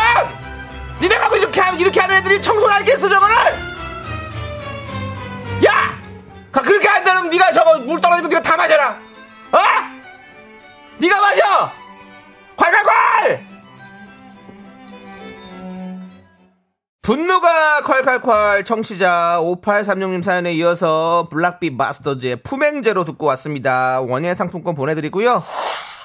Speaker 2: 니네가 왜 이렇게, 하- 이렇게 하는 애들이 청소를 하겠어 저거를 야 그렇게 한다면 네가 저거 물 떨어지면 네가 다 마셔라 어? 네가 마셔! 콸콸콸! 분노가 콸콸콸 청취자 5836님 사연에 이어서 블락비 마스터즈의 품행제로 듣고 왔습니다. 원예 상품권 보내드리고요.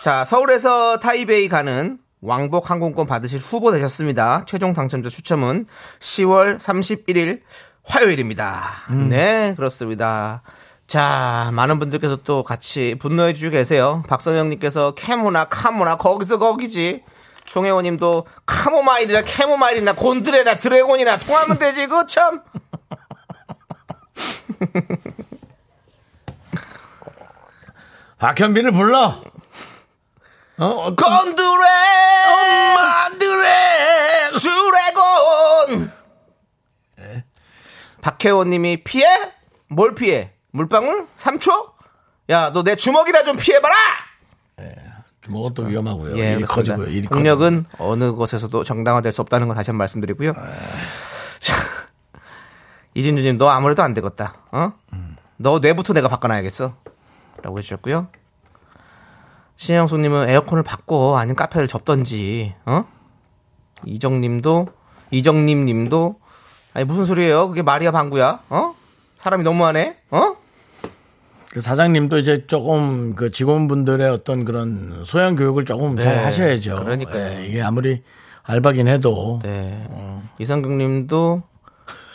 Speaker 2: 자 서울에서 타이베이 가는 왕복 항공권 받으실 후보 되셨습니다. 최종 당첨자 추첨은 10월 31일 화요일입니다. 네 그렇습니다. 자 많은 분들께서 또 같이 분노해 주고 계세요. 박선영님께서 캐모나 카모나 거기서 거기지. 송혜원님도 카모마일이나 캐모마일이나 곤드레나 드래곤이나 통하면 되지 그거 참.
Speaker 1: 박현빈을 불러. 어, 어,
Speaker 2: 건드레 만드레 수레곤 박혜원님이 피해? 뭘 피해? 물방울? 3초? 야 너 내 주먹이나 좀 피해봐라
Speaker 1: 뭐또 위험하고요.
Speaker 2: 예,
Speaker 1: 일이
Speaker 2: 그렇습니다.
Speaker 1: 커지고요. 일이 커지고요. 아.
Speaker 2: 폭력은 어느 곳에서도 정당화될 수 없다는 건 다시 한 번 말씀드리고요 자, 이진주님 너 아무래도 안 되겠다 어? 너 뇌부터 내가 바꿔놔야겠어 라고 해주셨고요 신영수님은 에어컨을 바꿔 아니면 카페를 접던지 어 이정님도 이정님님도 아니 무슨 소리예요 그게 말이야 방구야 어 사람이 너무하네 어
Speaker 1: 그 사장님도 이제 조금 그 직원분들의 어떤 그런 소양 교육을 조금 잘 하셔야죠.
Speaker 2: 그러니까요.
Speaker 1: 예, 이게 아무리 알바긴 해도
Speaker 2: 네. 이상경님도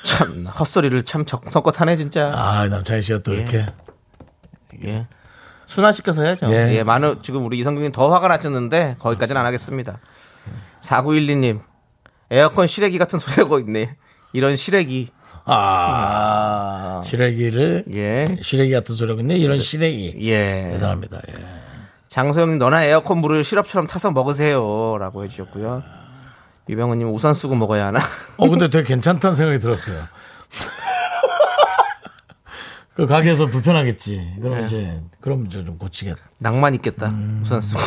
Speaker 2: 참 헛소리를 참 적- 성껏 하네 진짜
Speaker 1: 아 남창희 씨가 또 이렇게
Speaker 2: 예. 순화시켜서 해야죠
Speaker 1: 예.
Speaker 2: 예 많은 지금 우리 이상경님 더 화가 나셨는데 거기까지는 안 하겠습니다 4912님 에어컨 시래기 같은 소리하고 있네 이런 시래기
Speaker 1: 아
Speaker 2: 아
Speaker 1: 시래기를
Speaker 2: 예.
Speaker 1: 시래기 같은 소리하고 있네 이런 시래기
Speaker 2: 예.
Speaker 1: 대단합니다. 예.
Speaker 2: 장소영님 너나 에어컨 물을 시럽처럼 타서 먹으세요라고 해주셨고요. 유병헌님 우산 쓰고 먹어야 하나?
Speaker 1: 어 근데 되게 괜찮다는 생각이 들었어요. 그 가게에서
Speaker 2: 예.
Speaker 1: 불편하겠지. 그럼 이제 그럼 이제 좀 고치겠다.
Speaker 2: 낭만 있겠다. 우산 쓰고.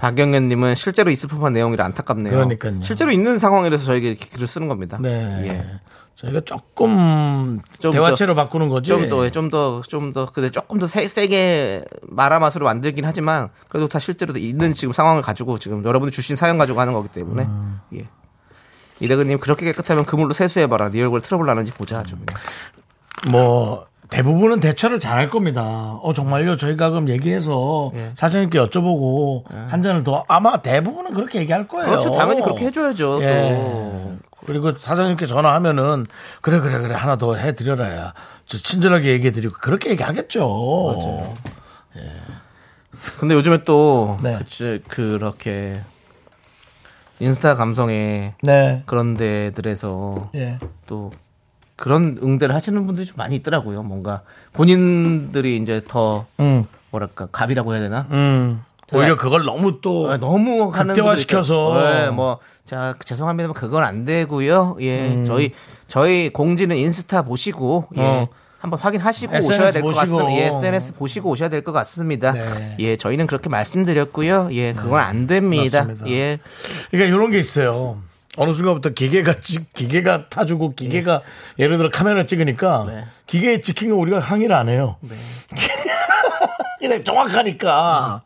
Speaker 2: 박영현님은 실제로 있을 법한 내용이라 안타깝네요.
Speaker 1: 그러니까요.
Speaker 2: 실제로 있는 상황이라서 저에게 이렇게 글을 쓰는 겁니다.
Speaker 1: 네.
Speaker 2: 예.
Speaker 1: 저희가 조금
Speaker 2: 좀
Speaker 1: 대화체로 바꾸는 거지.
Speaker 2: 좀 더, 좀 더, 좀 더, 근데 조금 더 세, 세게 마라맛으로 만들긴 하지만 그래도 다 실제로 있는 지금 상황을 가지고 지금 여러분이 주신 사연 가지고 하는 거기 때문에
Speaker 1: 음.
Speaker 2: 예. 이대근님 그렇게 깨끗하면 그물로 세수해봐라. 네 얼굴 트러블 나는지 보자 좀.
Speaker 1: 뭐 대부분은 대처를 잘 할 겁니다. 어 정말요. 저희가 그럼 얘기해서
Speaker 2: 예.
Speaker 1: 사장님께 여쭤보고 한 잔을 더 아마 대부분은 그렇게 얘기할 거예요.
Speaker 2: 그렇죠. 당연히 그렇게 해줘야죠. 또.
Speaker 1: 어. 예. 그리고 사장님께 전화하면은 그래 그래 그래 하나 더 해드려라야. 저 친절하게 얘기해드리고 그렇게 얘기하겠죠.
Speaker 2: 근데 요즘에 또
Speaker 1: 네.
Speaker 2: 그치, 그렇게 인스타 감성에
Speaker 1: 네.
Speaker 2: 그런 데들에서
Speaker 1: 예.
Speaker 2: 또 그런 응대를 하시는 분들이 좀 많이 있더라고요. 뭔가 본인들이 이제 더
Speaker 1: 음.
Speaker 2: 뭐랄까 갑이라고 해야 되나?
Speaker 1: 음. 오히려 그걸 아, 너무 또
Speaker 2: 어, 너무 하는
Speaker 1: 극대화시켜서.
Speaker 2: 분들이 있더라고요. 예, 뭐, 자, 죄송합니다만 그건 안 되고요. 예, 저희 저희 공지는 인스타 보시고 예.
Speaker 1: 음. 어.
Speaker 2: 한번 확인하시고
Speaker 1: SNS
Speaker 2: 오셔야 될 것
Speaker 1: 보시고.
Speaker 2: 같습니다. 예, SNS 보시고 오셔야 될 것 같습니다.
Speaker 1: 네.
Speaker 2: 예, 저희는 그렇게 말씀드렸고요. 예, 그건 안 됩니다.
Speaker 1: 맞습니다.
Speaker 2: 예,
Speaker 1: 그러니까 이런 게 있어요. 어느 순간부터 기계가 찍, 기계가 타주고 기계가 예. 를 들어 카메라 찍으니까
Speaker 2: 네.
Speaker 1: 기계에 찍힌 거 우리가 항의를 안 해요. 그냥 정확하니까.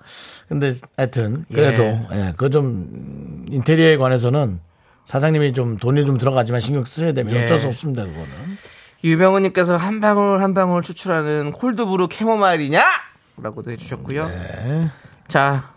Speaker 1: 근데 하여튼 그래도 예. 그좀 인테리어에 관해서는 사장님이 좀 돈이 좀 들어가지만 신경 쓰셔야 되면
Speaker 2: 예.
Speaker 1: 어쩔 수 없습니다 그거는.
Speaker 2: 유병우님께서 한 방울 한 방울 추출하는 콜드브루 캐모마일이냐? 라고도 해주셨고요.
Speaker 1: 네.
Speaker 2: 자,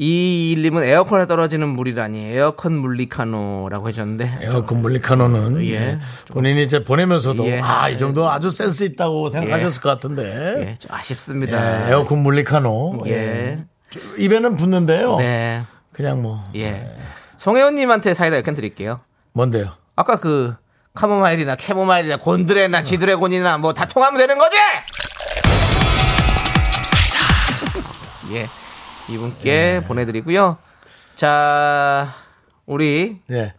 Speaker 2: 이일님은 에어컨에 떨어지는 물이라니 에어컨 물리카노라고 해주셨는데
Speaker 1: 에어컨 물리카노는
Speaker 2: 예.
Speaker 1: 예. 본인이 이제 보내면서도
Speaker 2: 예.
Speaker 1: 아 이 정도 아주 센스 있다고 생각하셨을 것 같은데
Speaker 2: 예, 좀 아쉽습니다.
Speaker 1: 예, 에어컨 물리카노 예.
Speaker 2: 예.
Speaker 1: 입에는 붙는데요.
Speaker 2: 네.
Speaker 1: 그냥 뭐
Speaker 2: 예. 송혜원님한테 사이다 약간 드릴게요.
Speaker 1: 뭔데요?
Speaker 2: 아까 그 카모마일이나 캐모마일이나 곤드레나 지드래곤이나 뭐 다 통하면 되는 거지? 예.
Speaker 1: 네.
Speaker 2: 이분께 보내드리고요. 자, 우리
Speaker 1: 예.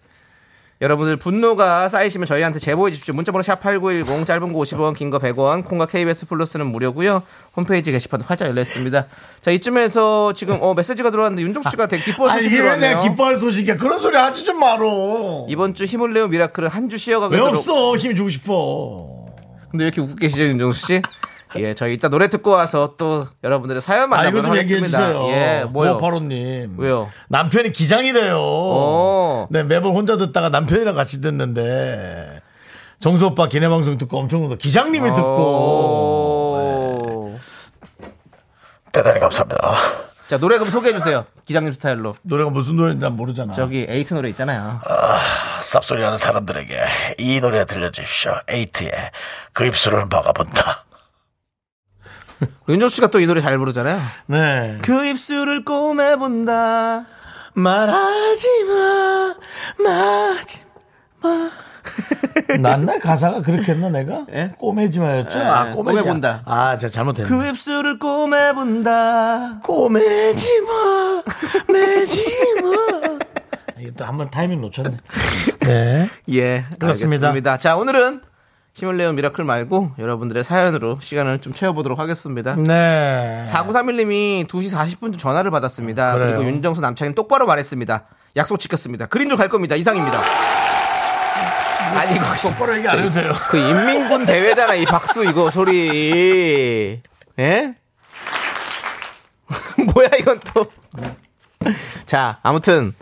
Speaker 2: 여러분들 분노가 쌓이시면 저희한테 제보해 주십시오. 문자번호 샵8910 짧은 거 50원 긴 거 100원 콩과 KBS 플러스는 무료고요. 홈페이지 게시판 활짝 열려 있습니다. 자 이쯤에서 지금 어, 메시지가 들어왔는데 윤종 씨가 되게 기뻐서
Speaker 1: 아 이게 왜 내가
Speaker 2: 들어왔네요.
Speaker 1: 기뻐할 소식이야? 그런 소리 하지 좀 마로.
Speaker 2: 이번 뭐 주 힘을 내요 미라클은 한 주 쉬어가고
Speaker 1: 왜
Speaker 2: 있도록-
Speaker 1: 없어? 힘이 주고 싶어.
Speaker 2: 근데 왜 이렇게 웃고 계시죠 윤종수 씨? 예, 저희 이따 노래 듣고 와서 또 여러분들의 사연
Speaker 1: 아 이거
Speaker 2: 만나보도록
Speaker 1: 좀 얘기해
Speaker 2: 하겠습니다.
Speaker 1: 주세요.
Speaker 2: 예, 뭐요?
Speaker 1: 모파로님.
Speaker 2: 왜요?
Speaker 1: 남편이 기장이래요.
Speaker 2: 어.
Speaker 1: 네 매번 혼자 듣다가 남편이랑 같이 듣는데 정수 오빠 기내 방송 듣고 엄청 웃어. 기장님이 듣고.
Speaker 2: 오.
Speaker 9: 대단히 감사합니다.
Speaker 2: 자 노래 그럼 소개해 주세요. 기장님 스타일로
Speaker 1: 노래가 무슨 노래인지 난 모르잖아.
Speaker 2: 저기 에이트 노래 있잖아요.
Speaker 9: 쌉소리 하는 사람들에게 이 노래 들려주십시오. 에이트의 그 입술을 막아본다.
Speaker 2: 윤종수 씨가 또 이 노래 잘 부르잖아요.
Speaker 1: 네.
Speaker 2: 그 입술을 꼬매본다. 그
Speaker 1: 말하지 마, 말하지 마. 난나 가사가 그렇게 했나 내가? 꼬매지 마였죠? 아, 꼬매지
Speaker 2: 예? 꼬매본다.
Speaker 1: 마. 아, 제가 잘못했네.
Speaker 2: 그 입술을 꼬매본다.
Speaker 1: 꼬매지 마, 매지 마. 이게 또 한 번 타이밍 놓쳤네. 네.
Speaker 2: 예,
Speaker 1: 그렇습니다.
Speaker 2: 알겠습니다. 자, 오늘은 힘을 내요 미라클 말고 여러분들의 사연으로 시간을 좀 채워보도록 하겠습니다.
Speaker 1: 네.
Speaker 2: 4931님이 2시 40분 쯤 전화를
Speaker 1: 아,
Speaker 2: 받았습니다. 그
Speaker 1: 그래요.
Speaker 2: 리고 윤정수 남창이 똑바로 말했습니다. 약속 지켰습니다. 그린도 갈 겁니다.
Speaker 1: 아,
Speaker 2: 이상입니다. 아니 이거
Speaker 1: 똑바로 얘기 안 해도 돼요.
Speaker 2: 그 인민군 대회잖아 이 박수 이거 소리. 예? 뭐야 이건 또. 자 아무튼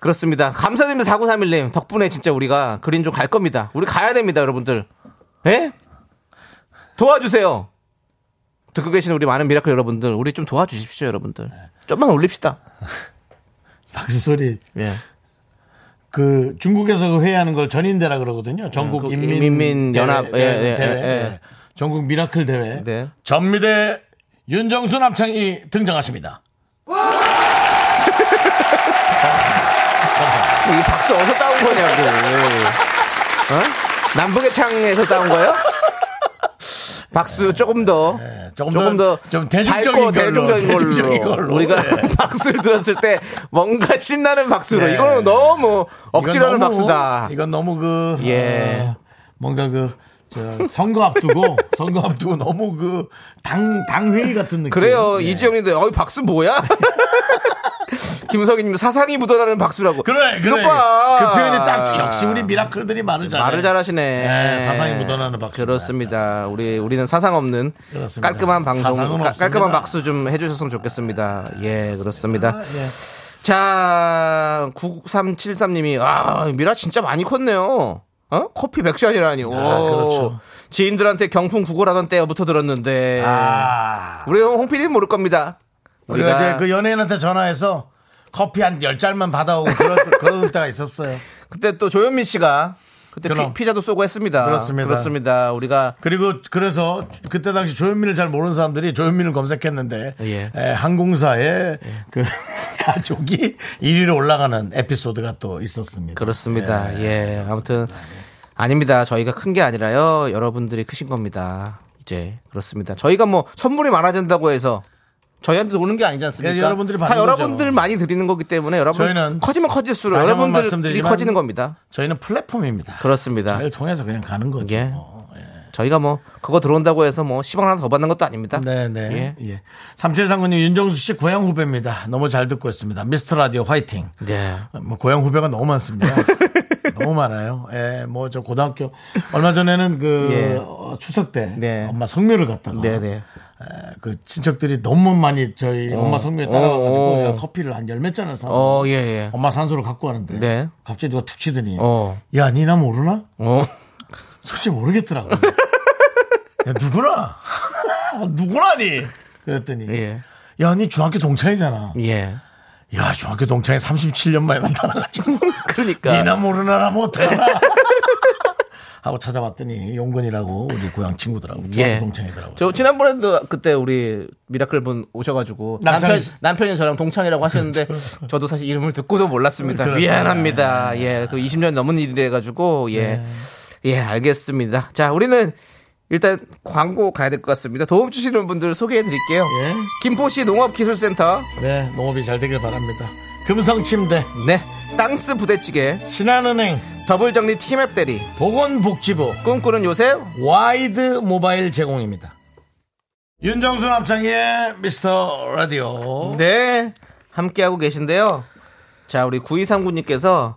Speaker 2: 그렇습니다. 감사드립니다 4931님 덕분에 진짜 우리가 그린조 갈 겁니다. 우리 가야 됩니다 여러분들. 예? 도와주세요. 듣고 계신 우리 많은 미라클 여러분들 우리 좀 도와주십시오 여러분들. 좀만 올립시다.
Speaker 1: 박수 소리.
Speaker 2: 예.
Speaker 1: 그 중국에서 그 회의하는 걸 전인대라 그러거든요. 전국
Speaker 2: 그
Speaker 1: 인민,
Speaker 2: 인민
Speaker 1: 대회,
Speaker 2: 연합,
Speaker 1: 네,
Speaker 2: 예, 예,
Speaker 1: 대회,
Speaker 2: 예, 예.
Speaker 1: 전국 미라클 대회.
Speaker 2: 네.
Speaker 1: 전미대 윤정수 남창이 등장하십니다.
Speaker 2: 뭐 이 박수 어디서 따온 거냐고. 어? 남북의 창에서 따온 거예요? 박수 조금 더.
Speaker 1: 예, 조금 더- 좀 대중적인 걸로,
Speaker 2: 밝고 대중적인 걸로.
Speaker 1: 대중적인 걸로.
Speaker 2: 우리가
Speaker 1: 예.
Speaker 2: 박수를 들었을 때 뭔가 신나는 박수로.
Speaker 1: 예.
Speaker 2: 이거는 너무 억지로 하는
Speaker 1: 이건 너무,
Speaker 2: 박수다.
Speaker 1: 이건 너무 그
Speaker 2: 예.
Speaker 1: 어, 뭔가 그 저 선거 앞두고 선거 앞두고 너무 그 당 당 회의 같은 느낌.
Speaker 2: 그래요.
Speaker 1: 예.
Speaker 2: 이지영님도 어이 박수 뭐야? 김석희님 사상이 묻어나는 박수라고.
Speaker 1: 그래
Speaker 2: 이것
Speaker 1: 그래.
Speaker 2: 봐.
Speaker 1: 그 표현이 딱 역시 우리 미라클들이 말을 잘.
Speaker 2: 말을 잘하시네.
Speaker 1: 예, 사상이 묻어나는 박수.
Speaker 2: 그렇습니다. 우리 우리는 사상 없는
Speaker 1: 그렇습니다.
Speaker 2: 깔끔한 방송,
Speaker 1: 사상은
Speaker 2: 깔- 깔끔한
Speaker 1: 없습니다.
Speaker 2: 박수 좀 해주셨으면 좋겠습니다. 예,
Speaker 1: 아,
Speaker 2: 그렇습니다. 자, 9373님이 아 미라 진짜 많이 컸네요. 어? 커피 백샷이라니. 오.
Speaker 1: 그렇죠.
Speaker 2: 지인들한테 경풍 구걸하던 때부터 들었는데
Speaker 1: 아.
Speaker 2: 우리 홍피디는 모를 겁니다.
Speaker 1: 우리가 이제 그 연예인한테 전화해서 커피 한 열 잔만 받아오고 그런 그런 때가 있었어요.
Speaker 2: 그때 또 조현민 씨가 그때
Speaker 1: 그럼.
Speaker 2: 피, 자도 쏘고 했습니다.
Speaker 1: 그렇습니다.
Speaker 2: 그렇습니다. 우리가
Speaker 1: 그리고 그래서 그때 당시 조현민을 잘 모르는 사람들이 조현민을 검색했는데
Speaker 2: 예.
Speaker 1: 에, 항공사의 그 가족이 1위로 올라가는 에피소드가 또 있었습니다. 네,
Speaker 2: 그렇습니다. 예. 아무튼 아닙니다. 저희가 큰 게 아니라요. 여러분들이 크신 겁니다. 이제 그렇습니다. 저희가 뭐 선물이 많아진다고 해서 저희한테 오는 게 아니지 않습니까?
Speaker 1: 그러니까 여러분들이
Speaker 2: 다
Speaker 1: 받는 거죠.
Speaker 2: 여러분들 많이 드리는 거기 때문에 여러분
Speaker 1: 저희는
Speaker 2: 커지면 커질수록
Speaker 1: 다시 한번
Speaker 2: 여러분들이
Speaker 1: 말씀드리지만
Speaker 2: 커지는 겁니다.
Speaker 1: 저희는 플랫폼입니다.
Speaker 2: 그렇습니다.
Speaker 1: 저희를 통해서 그냥 가는 거죠.
Speaker 2: 아. 예.
Speaker 1: 뭐.
Speaker 2: 저희가 뭐 그거 들어온다고 해서 뭐 10원 하나 더 받는 것도 아닙니다.
Speaker 1: 네네. 예. 삼칠상군님 윤정수 씨 고향 후배입니다. 너무 잘 듣고 있습니다. 미스터 라디오 화이팅.
Speaker 2: 예. 네.
Speaker 1: 뭐 고향 후배가 너무 많습니다. 너무 많아요. 예, 뭐 저 고등학교 얼마 전에는 그
Speaker 2: 예.
Speaker 1: 어, 추석 때
Speaker 2: 네.
Speaker 1: 엄마 성묘를 갔다가
Speaker 2: 네네.
Speaker 1: 에, 그 친척들이 너무 많이 저희 엄마 성묘에 따라와가지고
Speaker 2: 어, 어.
Speaker 1: 제가 커피를 한 열 몇 잔을 사서
Speaker 2: 어, 예, 예.
Speaker 1: 엄마 산소를 갖고 가는데
Speaker 2: 네.
Speaker 1: 갑자기 누가 툭 치더니
Speaker 2: 어.
Speaker 1: 야 니나 모르나?
Speaker 2: 어.
Speaker 1: 솔직히 모르겠더라고. 야 누구나 누구나니 그랬더니
Speaker 2: 예.
Speaker 1: 야 니 중학교 동창이잖아.
Speaker 2: 예.
Speaker 1: 야 중학교 동창이 37년 만에 나타나가지고
Speaker 2: 그러니까.
Speaker 1: 니나 모르나라 못하나 하고 찾아봤더니 용근이라고 우리 고향 친구더라고 중학교
Speaker 2: 예.
Speaker 1: 동창이더라고.
Speaker 2: 저 지난번에도 그때 우리 미라클 분 오셔가지고 남편
Speaker 1: 남편이-
Speaker 2: 남편이 저랑 동창이라고 하셨는데 저도 사실 이름을 듣고도 몰랐습니다. 미안합니다. 예, 그 20년 넘은 일이래 가지고 예, 예, 알겠습니다. 자, 우리는 일단 광고 가야 될 것 같습니다. 도움 주시는 분들 소개해 드릴게요.
Speaker 1: 예.
Speaker 2: 김포시 농업기술센터,
Speaker 1: 네 농업이 잘 되길 바랍니다. 금성침대
Speaker 2: 네, 땅스 부대찌개,
Speaker 1: 신한은행
Speaker 2: 더블정리 티맵 대리,
Speaker 1: 보건복지부
Speaker 2: 꿈꾸는 요새
Speaker 1: 와이드 모바일 제공입니다. 윤정수 남창의 미스터 라디오.
Speaker 2: 네. 함께하고 계신데요. 자, 우리 9239님께서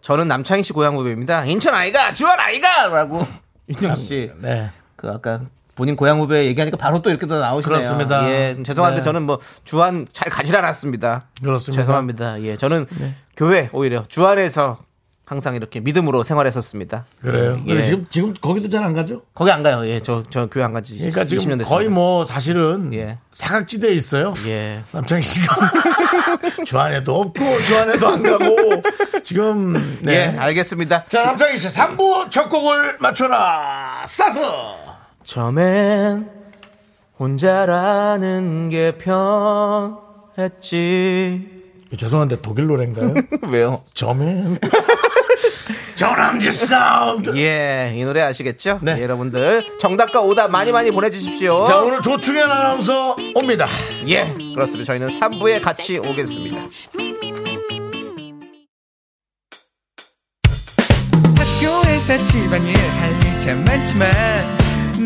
Speaker 2: 저는 남창희 씨 고향 후배입니다. 인천 아이가, 주원 아이가! 라고. 인천 씨.
Speaker 1: 네.
Speaker 2: 그 아까 본인 고향 후배 얘기하니까 바로 또 이렇게 또 나오시네요.
Speaker 1: 그렇습니다.
Speaker 2: 예. 죄송한데
Speaker 1: 네.
Speaker 2: 저는 뭐 주안 잘 가질 않았습니다.
Speaker 1: 그렇습니다. 네.
Speaker 2: 죄송합니다. 예. 저는 교회 오히려 주안에서 항상 이렇게 믿음으로 생활했었습니다.
Speaker 1: 그래요.
Speaker 2: 예.
Speaker 1: 지금, 지금 거기도 잘 안 가죠?
Speaker 2: 거기 안 가요. 예. 저, 저 교회 안 가지.
Speaker 1: 그러니까
Speaker 2: 20년
Speaker 1: 지금
Speaker 2: 됐습니다.
Speaker 1: 거의 뭐 사실은
Speaker 2: 예.
Speaker 1: 사각지대에 있어요.
Speaker 2: 예.
Speaker 1: 남창희 씨가 주안에도 없고 주안에도 안 가고 지금 네.
Speaker 2: 예. 알겠습니다.
Speaker 1: 자 남창희 씨 3부 첫 곡을 맞춰라 싸서
Speaker 2: 처음엔 혼자라는 게 편했지.
Speaker 1: 그 죄송한데 독일 노래인가요?
Speaker 2: 왜요?
Speaker 1: 저맨 저남지 사운드
Speaker 2: 예, 이 노래 아시겠죠?
Speaker 1: 네.
Speaker 2: 예, 여러분들 정답과 오답 많이 많이 보내주십시오.
Speaker 1: 자 오늘 조충현 아나운서 옵니다
Speaker 2: 예, 그렇습니다. 저희는 3부에 같이 오겠습니다.
Speaker 10: 학교에서 집안일 할 일 참 많지만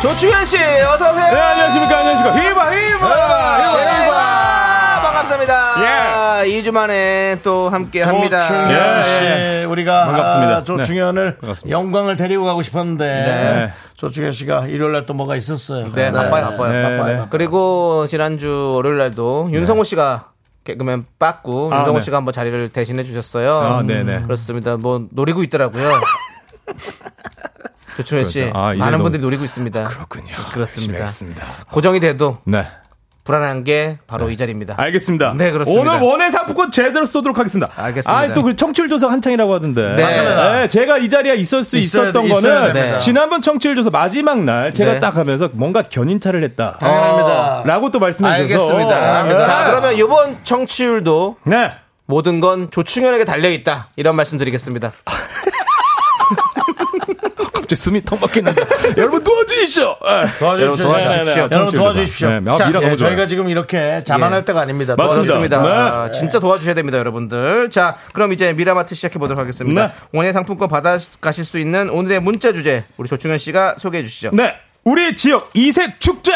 Speaker 2: 조충현 씨, 어서 오세요. 네,
Speaker 3: 네, 안녕하십니까, 안녕하십니까. 휘바, 휘바, 휘바, 휘바.
Speaker 2: 반갑습니다. 2주 만에 또 함께 합니다. 네.
Speaker 1: 조충현 씨, 예. 우리가
Speaker 11: 네. 반갑습니다.
Speaker 1: 아, 조충현을
Speaker 11: 네, 반갑습니다.
Speaker 1: 영광을 데리고 가고 싶었는데
Speaker 2: 네.
Speaker 1: 조충현 씨가 일요일 날 또 뭐가 있었어요.
Speaker 2: 네, 바빠요, 바빠요, 바빠요. 그리고 지난주 월요일 날도 윤성호 씨가 개그맨 빠꾸
Speaker 11: 아,
Speaker 2: 윤성호
Speaker 11: 네.
Speaker 2: 씨가 한번 자리를 대신해 주셨어요.
Speaker 11: 아, 네네.
Speaker 2: 그렇습니다. 뭐 노리고 있더라고요. 조충현 씨,
Speaker 11: 그렇죠. 아, 이제
Speaker 2: 많은
Speaker 11: 너무-
Speaker 2: 분들이 노리고 있습니다. 그렇군요. 그렇습니다.
Speaker 11: 하겠습니다.
Speaker 2: 고정이 돼도
Speaker 11: 네.
Speaker 2: 불안한 게 바로 이 자리입니다.
Speaker 11: 알겠습니다.
Speaker 2: 네, 그렇습니다.
Speaker 11: 오늘 원예 상품권 제대로 쏘도록 하겠습니다.
Speaker 2: 알겠습니다.
Speaker 11: 아, 또그 청취율 조사 한창이라고 하던데.
Speaker 2: 네. 맞습니다.
Speaker 11: 제가 이 자리에 있을 수
Speaker 2: 있어야-
Speaker 11: 있었던
Speaker 2: 있어야
Speaker 11: 거는
Speaker 2: 됩니다.
Speaker 11: 지난번 청취율 조사 마지막 날 제가
Speaker 2: 네.
Speaker 11: 딱 하면서 뭔가 견인차를 했다.
Speaker 2: 당연합니다.
Speaker 11: 어, 라고 또 말씀해 주셔서
Speaker 2: 알겠습니다.
Speaker 11: 네.
Speaker 2: 자, 그러면 이번 청취율도 모든 건 조충현에게 달려 있다. 이런 말씀 드리겠습니다.
Speaker 11: 갑자기 숨이 턱 막히는데. 여러분 도와주십시오. 예. 여러분
Speaker 1: 도와주십시오.
Speaker 11: 도와주십시오.
Speaker 1: 네, 네, 네. 여러분 도와주십시오.
Speaker 11: 네, 아,
Speaker 1: 자,
Speaker 11: 미라
Speaker 1: 예,
Speaker 11: 너무 좋아요.
Speaker 1: 저희가 지금 이렇게 자만할
Speaker 2: 예.
Speaker 1: 때가 아닙니다.
Speaker 11: 맞습니다.
Speaker 2: 그렇습니다.
Speaker 11: 네.
Speaker 2: 아, 진짜 도와주셔야 됩니다, 여러분들. 자, 그럼 이제 미라마트 시작해 보도록 하겠습니다.
Speaker 11: 네.
Speaker 2: 원예 상품권 받아가실 수 있는 오늘의 문자 주제 우리 조충현 씨가 소개해 주시죠.
Speaker 11: 네. 우리 지역 이색 축제.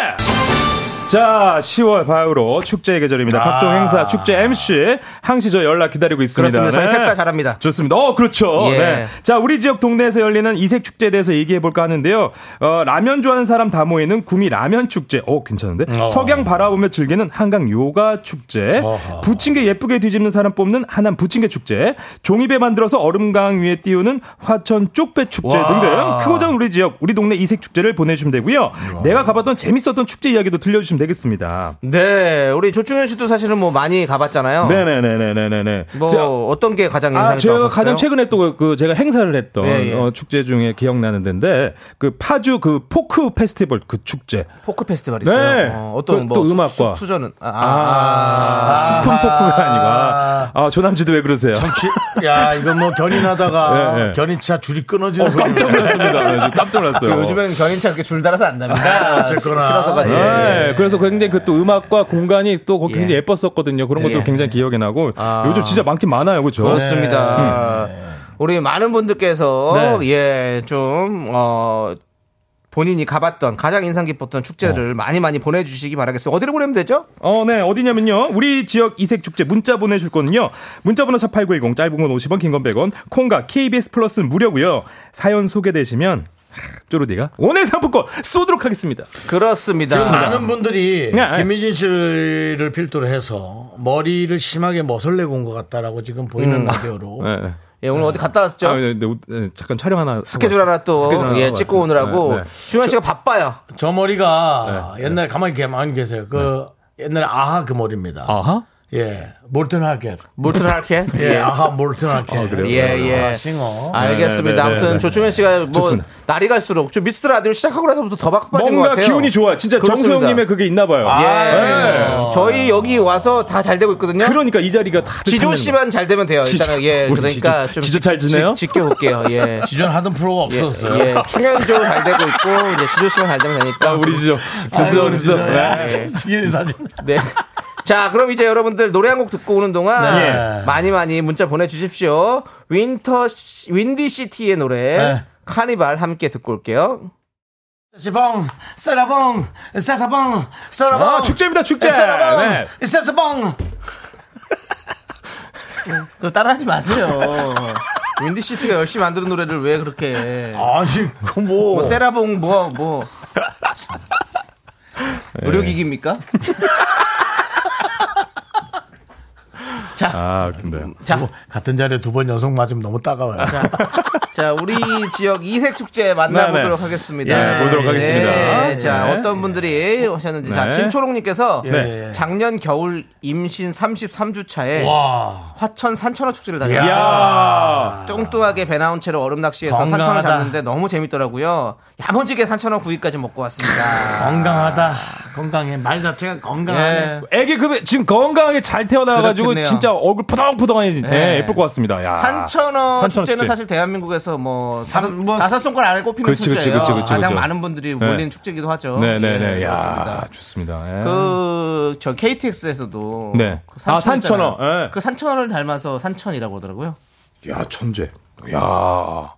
Speaker 11: 자, 10월 바이오로 축제의 계절입니다.
Speaker 2: 아.
Speaker 11: 각종 행사, 축제 MC, 항시 저 연락 기다리고 있습니다. 네.
Speaker 2: 그렇습니다. 저희 셋 다 잘합니다.
Speaker 11: 좋습니다. 어, 그렇죠.
Speaker 2: 예.
Speaker 11: 네. 자, 우리 지역 동네에서 열리는 이색 축제에 대해서 얘기해 볼까 하는데요. 어, 라면 좋아하는 사람 다 모이는 구미 라면 축제. 어, 괜찮은데?
Speaker 1: 어.
Speaker 11: 석양 바라보며 즐기는 한강 요가 축제.
Speaker 1: 어허.
Speaker 11: 부침개 예쁘게 뒤집는 사람 뽑는 하남 부침개 축제. 종이배 만들어서 얼음강 위에 띄우는 화천 쪽배 축제
Speaker 1: 와.
Speaker 11: 등등 크고 작은 우리 지역, 우리 동네 이색 축제를 보내주시면 되고요. 내가 가봤던 재밌었던 축제 이야기도 들려주시면 되겠습니다.
Speaker 2: 네, 우리 조충현 씨도 사실은 뭐 많이
Speaker 1: 어.
Speaker 2: 가봤잖아요.
Speaker 11: 네네네네네네.
Speaker 2: 뭐 어떤 게 가장 인상이
Speaker 11: 네, 아, 제가 가장
Speaker 2: 남았어요?
Speaker 11: 최근에 또 그 제가 행사를 했던
Speaker 2: 예, 예.
Speaker 11: 어, 축제 중에 기억나는 데인데 그 파주 그 포크 페스티벌 그 축제.
Speaker 2: 포크 페스티벌
Speaker 11: 네.
Speaker 2: 있어요. 어, 어떤
Speaker 11: 그,
Speaker 2: 뭐
Speaker 11: 또
Speaker 2: 수-
Speaker 11: 음악과
Speaker 2: 수- 수전은 아,
Speaker 11: 아, 스푼 포크가 아니라 아, 조남지도 왜 그러세요?
Speaker 1: 야, 이거 뭐 견인하다가
Speaker 11: 예, 예.
Speaker 1: 견인차 줄이 끊어지는 소리.
Speaker 11: 깜짝 놀랐습니다. 네, 깜짝 놀랐어요.
Speaker 2: 그 요즘에는 견인차 이렇게 줄 달아서 안 납니다.
Speaker 1: 어쨌거나.
Speaker 2: 싫어서가
Speaker 11: 예. 그래서 굉장히 그 또 음악과 공간이 또 거기 굉장히
Speaker 2: 예.
Speaker 11: 예뻤었거든요. 그런 것도
Speaker 2: 예. 아.
Speaker 11: 굉장히 기억에 나고 요즘 진짜 많긴 많아요, 그렇죠?
Speaker 2: 그렇습니다.
Speaker 11: 네.
Speaker 2: 우리 많은 분들께서 예, 좀 어, 본인이 가봤던 가장 인상
Speaker 11: 네.
Speaker 2: 깊었던 축제를 많이 많이 보내 주시기 바라겠어요. 어디로 보내면 되죠?
Speaker 11: 어, 네. 어디냐면요. 우리 지역 이색 축제 문자 보내줄 거는요. 문자번호 샵8910, 짧은 건 50원, 긴 건 100원, 콩과 KBS 플러스는 무료고요. 사연 소개되시면 하, 쪼르디가 원의 상품권 쏘도록 하겠습니다.
Speaker 2: 그렇습니다. 아,
Speaker 1: 지금 많은 분들이
Speaker 11: 네, 네.
Speaker 1: 김미진 씨를 필두로 해서 머리를 심하게 머슬내고 온 것 같다라고 지금 보이는
Speaker 2: 음.
Speaker 1: 라디오로
Speaker 11: 네, 네.
Speaker 2: 예, 오늘 어디 갔다 왔죠?
Speaker 11: 아, 네, 네, 옷, 네, 잠깐 촬영 하나
Speaker 2: 스케줄 하나 또
Speaker 11: 스케줄 하나
Speaker 2: 예,
Speaker 11: 하고
Speaker 2: 찍고
Speaker 11: 왔습니다.
Speaker 2: 오느라고
Speaker 11: 네, 네.
Speaker 2: 주현 씨가 바빠요.
Speaker 1: 저 머리가 옛날에 가만히, 가만히 계세요. 그 옛날에 아하 그 머리입니다.
Speaker 11: 아하?
Speaker 1: 예, 몰튼 할게.
Speaker 2: 몰튼 할게?
Speaker 1: 예, 아하 몰튼 할게.
Speaker 11: 네,
Speaker 2: 예, 예.
Speaker 1: 아, 싱어.
Speaker 2: 알겠습니다. 아무튼 조충현 씨가 뭐 날이 갈수록 좀 미스터 라디오 시작하고 나서부터 더 바빠진 것
Speaker 11: 뭔가
Speaker 2: 같아요.
Speaker 11: 기운이 좋아. 진짜
Speaker 2: 그렇습니다.
Speaker 11: 정세형님의 그게 있나 봐요.
Speaker 2: 예.
Speaker 11: 예.
Speaker 2: 저희 여기 와서 다 잘 되고 있거든요.
Speaker 11: 그러니까 이 자리가 다
Speaker 2: 지조
Speaker 11: 뜻하는
Speaker 2: 씨만 잘 되면 돼요.
Speaker 11: 지조-
Speaker 2: 일단은 예.
Speaker 11: 우리
Speaker 2: 그러니까
Speaker 11: 지조-
Speaker 2: 좀
Speaker 11: 지조 잘
Speaker 2: 지-
Speaker 11: 지내요?
Speaker 2: 지- 지켜볼게요. 예.
Speaker 1: 지전 하던 프로가 없었어요.
Speaker 2: 예, 충현조 잘 되고 있고 이제 지조 씨만 잘 되면 되니까.
Speaker 11: 아, 우리 지조. 아.
Speaker 1: 됐어, 됐어.
Speaker 2: 네.
Speaker 1: 예. 지현이 사진.
Speaker 2: 네. 자, 그럼 이제 여러분들 노래 한 곡 듣고 오는 동안 예,
Speaker 1: 네.
Speaker 2: 많이 많이 문자 보내주십시오. 윈터 시- 윈디 시티의 노래
Speaker 1: 네.
Speaker 2: 카니발 함께 듣고 올게요.
Speaker 1: 시봉, 세라봉, 세사봉, 세라봉.
Speaker 11: 아, 축제입니다, 축제.
Speaker 1: 세라봉,
Speaker 11: 네.
Speaker 1: 세사봉.
Speaker 2: 그럼 따라하지 마세요. 윈디 시티가 열심히 만드는 노래를 왜 그렇게?
Speaker 1: 아니, 그 뭐.
Speaker 2: 뭐 세라봉 뭐 뭐.
Speaker 11: 네.
Speaker 2: 의료기기입니까?
Speaker 11: 아, 근데.
Speaker 2: 자,
Speaker 1: 뭐 같은 자리에 두 번 연속 맞으면 너무 따가워요.
Speaker 2: 그 자, 우리 지역 이색 축제 만나보도록
Speaker 1: 네, 네.
Speaker 2: 하겠습니다.
Speaker 1: 예, 보도록 하겠습니다.
Speaker 2: 네, 자,
Speaker 1: 예.
Speaker 2: 어떤 분들이 오셨는지. 자,
Speaker 1: 네.
Speaker 2: 진초롱님께서
Speaker 1: 네.
Speaker 2: 작년 겨울 임신 33주차에
Speaker 1: 와.
Speaker 2: 화천 산천어 축제를
Speaker 1: 이야.
Speaker 2: 다녔어요. 뚱뚱하게 배 나온 채로 얼음 낚시해서 산천어
Speaker 1: 건강하다.
Speaker 2: 잡는데 너무 재밌더라고요. 야무지게 산천어 구이까지 먹고 왔습니다.
Speaker 1: 아. 건강하다. 건강해. 말 자체가 건강하네.
Speaker 11: 애기 그 지금 건강하게 잘 태어나가지고
Speaker 2: 그렇겠네요.
Speaker 11: 진짜 얼굴 푸덩푸덩해
Speaker 2: 네.
Speaker 11: 예, 예쁠 것 같습니다.
Speaker 1: 아.
Speaker 11: 야.
Speaker 2: 산천어,
Speaker 11: 산천어
Speaker 2: 축제는
Speaker 11: 축제.
Speaker 2: 사실 대한민국에서 뭐 다섯, 다섯 손가락 안에 꼽히는
Speaker 11: 그치, 그치,
Speaker 2: 축제예요.
Speaker 11: 그치, 그치,
Speaker 2: 가장
Speaker 11: 그치.
Speaker 2: 많은
Speaker 11: 네.
Speaker 2: 분들이 몰리는 축제이기도 하죠.
Speaker 11: 네네네.
Speaker 2: 예, 그렇습니다.
Speaker 11: 야, 좋습니다. 예.
Speaker 2: 그, 저 KTX에서도.
Speaker 11: 네. 아, 산천어. 예.
Speaker 2: 그 산천어를 닮아서 산천이라고 하더라고요.
Speaker 11: 야, 천재. 야.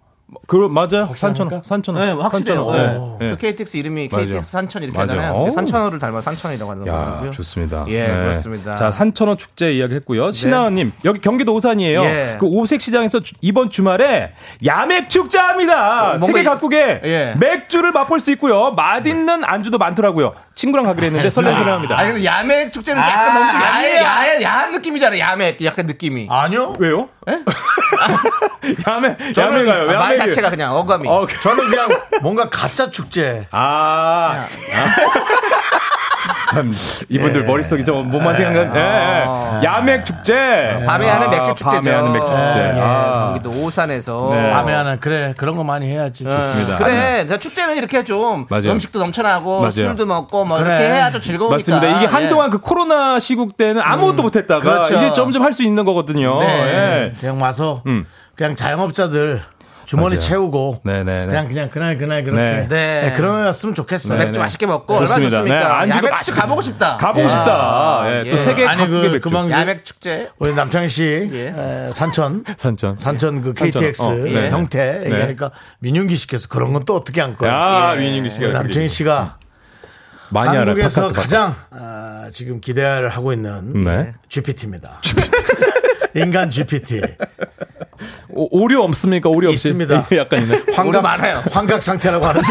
Speaker 11: 그 맞아요. 산천어. 산천어.
Speaker 2: 네, 확실해요.
Speaker 11: 산천어.
Speaker 2: 네.
Speaker 11: 예,
Speaker 2: 그
Speaker 11: 예.
Speaker 2: KTX 이름이 KTX
Speaker 11: 맞아요.
Speaker 2: 산천 이렇게
Speaker 11: 맞아요.
Speaker 2: 하잖아요. 근데
Speaker 11: 어우.
Speaker 2: 산천어를 닮아 산천이라고
Speaker 11: 야,
Speaker 2: 하더라고요.
Speaker 11: 좋습니다.
Speaker 2: 네, 예,
Speaker 11: 네.
Speaker 2: 그렇습니다. 네.
Speaker 11: 자, 산천어 축제 이야기했고요. 신하은님 여기 경기도 오산이에요.
Speaker 2: 예.
Speaker 11: 그 오색 시장에서 주- 이번 주말에 야맥 축제합니다.
Speaker 2: 어, 뭔가
Speaker 11: 세계
Speaker 2: 이-
Speaker 11: 각국에
Speaker 2: 예.
Speaker 11: 맥주를 맛볼 수 있고요. 맛있는 안주도 많더라고요. 친구랑 가기로 했는데 설렌설레합니다.
Speaker 2: 아, 근데 야매 축제는 약간 너무 좀 야해, 야해, 야한 느낌이잖아요. 야매 약간 느낌이.
Speaker 1: 아니요?
Speaker 11: 왜요? 야매,
Speaker 2: 저는 아,
Speaker 11: 야매 가요. 야매
Speaker 2: 말 자체가 그냥 어감이.
Speaker 11: 어,
Speaker 1: 저는 그냥 뭔가 가짜 축제.
Speaker 11: 아. 아. 참,
Speaker 1: 예.
Speaker 11: 이분들 머릿속이 좀 몸만 생각나는 예, 예. 야맥 축제.
Speaker 2: 밤에 하는
Speaker 11: 아,
Speaker 2: 맥주 축제죠.
Speaker 11: 밤에 하는 맥주 축제.
Speaker 2: 예,
Speaker 11: 아.
Speaker 2: 경기도 오산에서. 어.
Speaker 11: 네.
Speaker 1: 어. 밤에 하는 그래 그런 거 많이 해야지.
Speaker 11: 좋습니다. 네.
Speaker 2: 그래, 자, 축제는 이렇게 좀
Speaker 11: 맞아요.
Speaker 2: 음식도 넘쳐나고
Speaker 11: 맞아요.
Speaker 2: 술도 먹고 뭐
Speaker 11: 그래.
Speaker 2: 이렇게 해야죠 즐거우니까. 예.
Speaker 11: 맞습니다. 이게 한동안 그 코로나 시국 때는 아무것도 못했다가
Speaker 1: 그렇죠.
Speaker 11: 이제 점점 할 수 있는 거거든요.
Speaker 1: 네.
Speaker 11: 예.
Speaker 1: 그냥 와서 그냥 자영업자들 주머니
Speaker 11: 맞아요.
Speaker 1: 채우고
Speaker 11: 네네네.
Speaker 1: 그냥 그냥 그날 그날 그렇게
Speaker 11: 네.
Speaker 2: 네.
Speaker 1: 그러면였으면 좋겠어요. 네.
Speaker 2: 맥주 맛있게 먹고 얼마나
Speaker 11: 좋습니다.
Speaker 2: 좋습니까?
Speaker 11: 네, 안주도
Speaker 2: 야맥 축제
Speaker 11: 맛있게
Speaker 2: 가보고 싶다.
Speaker 11: 가보고 싶다. 예, 또 세계
Speaker 1: 아니
Speaker 11: 각국의
Speaker 1: 그
Speaker 11: 맥주.
Speaker 1: 그만
Speaker 2: 야맥 예. 축제.
Speaker 1: 우리 남창희 씨 에, 산천
Speaker 11: 산천
Speaker 1: 산천 그
Speaker 11: 산천.
Speaker 1: KTX
Speaker 11: 어, 네.
Speaker 1: 형태
Speaker 11: 네.
Speaker 1: 얘기하니까 민윤기 씨께서 그런 건 또 어떻게 안 거야?
Speaker 11: 야, 민윤기 씨가
Speaker 1: 우리 예. 남창희
Speaker 11: 그리고.
Speaker 1: 씨가
Speaker 11: 많이 알아요.
Speaker 1: 한국에서
Speaker 11: 바깥도
Speaker 1: 가장 아, 지금 기대를 하고 있는
Speaker 11: 네.
Speaker 1: GPT입니다. 인간 GPT
Speaker 11: 오, 오류 없습니까? 오류 없이
Speaker 1: 있습니다.
Speaker 11: 약간 있네.
Speaker 1: 환각 환각 상태라고 하는데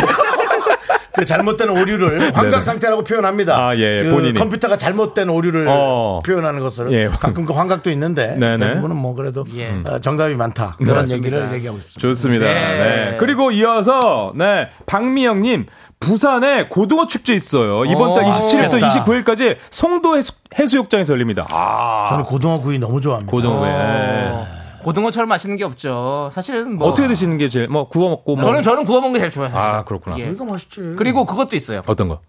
Speaker 1: 그 잘못된 오류를
Speaker 11: 네네.
Speaker 1: 환각 상태라고 표현합니다.
Speaker 11: 아, 예, 예,
Speaker 1: 그
Speaker 11: 본인이.
Speaker 1: 컴퓨터가 잘못된 오류를
Speaker 11: 어.
Speaker 1: 표현하는 것을
Speaker 11: 예.
Speaker 1: 가끔 그 환각도 있는데
Speaker 11: 네네.
Speaker 1: 대부분은 뭐 그래도
Speaker 2: 예.
Speaker 1: 어, 정답이 많다
Speaker 11: 네.
Speaker 1: 그런
Speaker 11: 맞습니다.
Speaker 1: 얘기를 얘기하고 싶습니다.
Speaker 11: 좋습니다.
Speaker 1: 네.
Speaker 11: 네. 그리고 이어서 네 박미영님 부산에 고등어 축제 있어요. 이번 달
Speaker 1: 오,
Speaker 11: 27일부터
Speaker 1: 좋겠다.
Speaker 11: 29일까지 송도 해수, 해수욕장에서 열립니다. 아
Speaker 1: 저는 고등어 구이 너무 좋아합니다.
Speaker 11: 고등어 회.
Speaker 2: 고등어처럼 맛있는 게 없죠. 사실은 뭐
Speaker 11: 어떻게 드시는 게 제일 뭐 구워 먹고 뭐
Speaker 2: 저는 저는 구워 먹는 게 제일 좋아요. 사실.
Speaker 11: 아 그렇구나.
Speaker 2: 예.
Speaker 1: 이거 맛있지.
Speaker 2: 그리고 그것도 있어요.
Speaker 11: 어떤 거?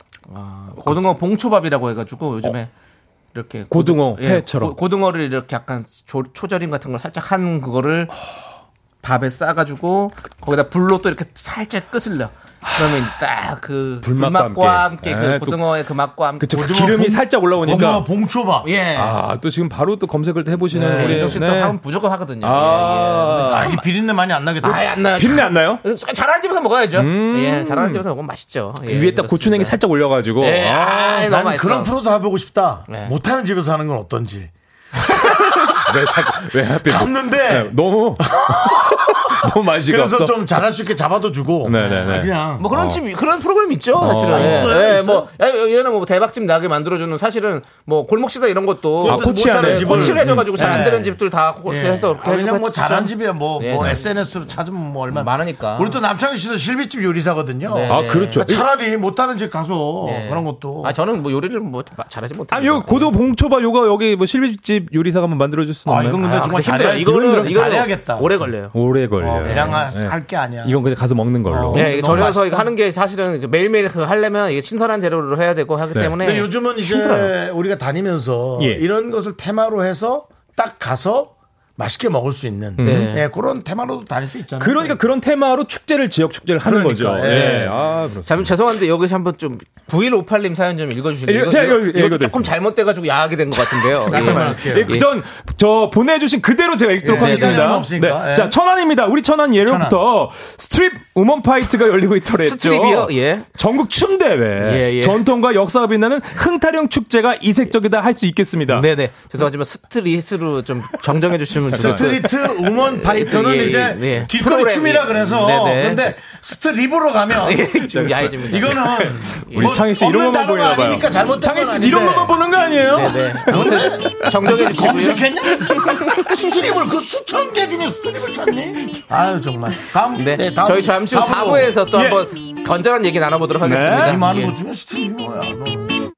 Speaker 2: 고등어 봉초밥이라고 해가지고 요즘에 이렇게
Speaker 11: 어. 고등어
Speaker 2: 고등- 예,
Speaker 11: 회처럼.
Speaker 2: 고- 고등어를 이렇게 약간 조- 초절임 같은 걸 살짝 한 그거를 밥에 싸가지고 거기다 불로 또 이렇게 살짝 끄슬려. 그러면 딱그
Speaker 11: 불맛과
Speaker 2: 불맛과
Speaker 11: 함께.
Speaker 2: 함께,
Speaker 11: 예,
Speaker 2: 그 고등어의 그 맛과 함께
Speaker 11: 그쵸, 그
Speaker 2: 고등어
Speaker 11: 기름이
Speaker 2: 봉-
Speaker 11: 살짝 올라오니까.
Speaker 1: 고등어 봉초밥.
Speaker 2: 예.
Speaker 11: 아 또 지금 바로 또 검색을 또 해보시는
Speaker 2: 네,
Speaker 11: 우리
Speaker 2: 이동 씨또 예, 하면 무조건 하거든요.
Speaker 11: 아.
Speaker 1: 자기 비린내 많이 안 나겠다. 음.
Speaker 2: 아예 안 나요.
Speaker 11: 빛내 안 나요?
Speaker 2: 잘하는 집에서 먹어야죠. 예, 잘하는 집에서 먹으면 맛있죠. 예,
Speaker 11: 위에 딱 고추냉이 살짝 올려가지고
Speaker 2: 예,
Speaker 11: 아,
Speaker 2: 아, 너무
Speaker 1: 난
Speaker 2: 맛있어.
Speaker 1: 그런 프로도 해보고 싶다.
Speaker 2: 네.
Speaker 1: 못하는 집에서 하는 건 어떤지.
Speaker 2: 아,
Speaker 11: 왜 자꾸 왜 하필
Speaker 1: 갔는데
Speaker 11: 네, 너무 너무 맛이
Speaker 1: 그래서
Speaker 11: 네, 없어.
Speaker 1: 좀 잘할 수 있게 잡아도 주고.
Speaker 11: 네네네.
Speaker 1: 그냥.
Speaker 2: 뭐 그런
Speaker 1: 어.
Speaker 2: 집 그런 프로그램 있죠 사실은.
Speaker 1: 아, 있어요?
Speaker 2: 예,
Speaker 1: 있어요?
Speaker 2: 뭐 야, 얘는 뭐 대박집 나게 만들어주는 사실은 뭐 골목 시사 이런 것도
Speaker 1: 아, 코치 하는 집을.
Speaker 2: 코치를 해줘가지고 잘 안
Speaker 1: 예.
Speaker 2: 되는 집들 다 그렇게
Speaker 1: 예.
Speaker 2: 해서 그렇게
Speaker 1: 아, 그냥
Speaker 2: 해서
Speaker 1: 뭐
Speaker 2: 진짜-
Speaker 1: 잘한 집이야 뭐,
Speaker 2: 예,
Speaker 1: 뭐
Speaker 2: 잘-
Speaker 1: SNS로 찾으면 뭐 얼마
Speaker 2: 많으니까.
Speaker 1: 우리 또 남창희 씨도 실비집 요리사거든요. 그러니까
Speaker 2: 네, 아, 네. 그렇죠.
Speaker 1: 차라리 못하는 집 가서
Speaker 2: 예.
Speaker 1: 그런 것도.
Speaker 2: 아 저는 뭐 요리를 뭐 잘하지 못해.
Speaker 11: 아니 요 고도 봉초바 요거 여기 뭐 실비집 요리사가 한번 만들어줄 수는
Speaker 1: 아,
Speaker 11: 없나요?
Speaker 2: 아, 이거는 네.
Speaker 1: 잘해야겠다. 어,
Speaker 2: 오래 걸려요.
Speaker 11: 아, 오래 걸려.
Speaker 2: 어,
Speaker 11: 요 네.
Speaker 1: 그냥 할게 아니야.
Speaker 11: 이건 그냥 가서 먹는 걸로.
Speaker 2: 예, 이게 절여서 이거 하는 게 사실은 그 매일매일 그거 하려면 이게 신선한 재료로 해야 되고 하기
Speaker 1: 네.
Speaker 2: 때문에
Speaker 1: 근데 요즘은 이제
Speaker 2: 힘들어요.
Speaker 1: 우리가 다니면서
Speaker 11: 예.
Speaker 1: 이런 것을 테마로 해서 딱 가서 맛있게 먹을 수 있는
Speaker 11: 네.
Speaker 1: 예, 그런 테마로도 다닐 수 있잖아요.
Speaker 11: 그러니까 그런 테마로 축제를 지역 축제를 하는
Speaker 1: 그러니까,
Speaker 11: 거죠.
Speaker 1: 예.
Speaker 11: 예. 아, 그렇습니다.
Speaker 2: 잠 죄송한데 여기서 한번 좀 9158님 사연 좀 읽어주실래요?
Speaker 11: 예,
Speaker 2: 이거,
Speaker 11: 제가
Speaker 2: 이거,
Speaker 11: 읽-
Speaker 2: 이거 조금
Speaker 11: 읽어드리겠습니다.
Speaker 2: 잘못돼가지고 야하게 된 것 같은데요.
Speaker 11: 예, 그 전, 저, 보내주신 그대로 제가 읽도록
Speaker 2: 예, 시간이 얼마
Speaker 11: 하겠습니다. 네.
Speaker 2: 없으니까, 예.
Speaker 11: 자, 천안입니다. 우리 천안 예로부터 스트립 우먼 파이트가 열리고 있더랬죠.
Speaker 2: 스트립이요? 예.
Speaker 11: 전국 춤대회.
Speaker 2: 예, 예.
Speaker 11: 전통과 역사가 빛나는 흥타령 축제가 이색적이다 할 수 있겠습니다.
Speaker 2: 네네. 죄송하지만 스트릿으로 좀 정정해
Speaker 1: 그
Speaker 2: 주시면 좋을 것 같아요.
Speaker 11: 그
Speaker 1: 스트리트 우먼 파이터는
Speaker 2: 예, 예,
Speaker 1: 이제
Speaker 2: 예.
Speaker 1: 길거리
Speaker 2: 프로그램이-
Speaker 1: 춤이라 그래서
Speaker 2: 네네.
Speaker 1: 근데 스트립으로 가면
Speaker 2: 예, 좀 야해집니다.
Speaker 1: 이거는 뭐
Speaker 11: 우리 창희 씨 이런 것만 보이나 봐요.
Speaker 1: 니까 잘못
Speaker 11: 창희 씨 이런 것만 보는 거 아니에요?
Speaker 2: 네. 네네. 아무튼 정정해 주시고요.
Speaker 1: 검색했냐? 스트립을 그 수천 개 중에 스트립을 찾니? 아유 정말. 다음
Speaker 2: 네.
Speaker 1: 네, 다음
Speaker 2: 저희 잠시 후 4부에서 또
Speaker 1: 예.
Speaker 2: 한번 건전한 얘기 나눠보도록 하겠습니다.
Speaker 1: 이 많은
Speaker 2: 예.
Speaker 1: 것 중에 스트립이 뭐야? 너.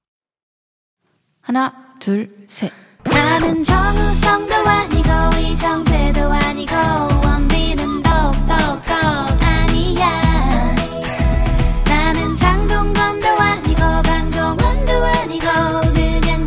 Speaker 8: 하나, 둘, 셋.
Speaker 12: 나는 정우성도 아니고 이정재도 아니고 원빈은 더욱더 아니야 나는 장동건도 아니고 강동원도 아니고 그냥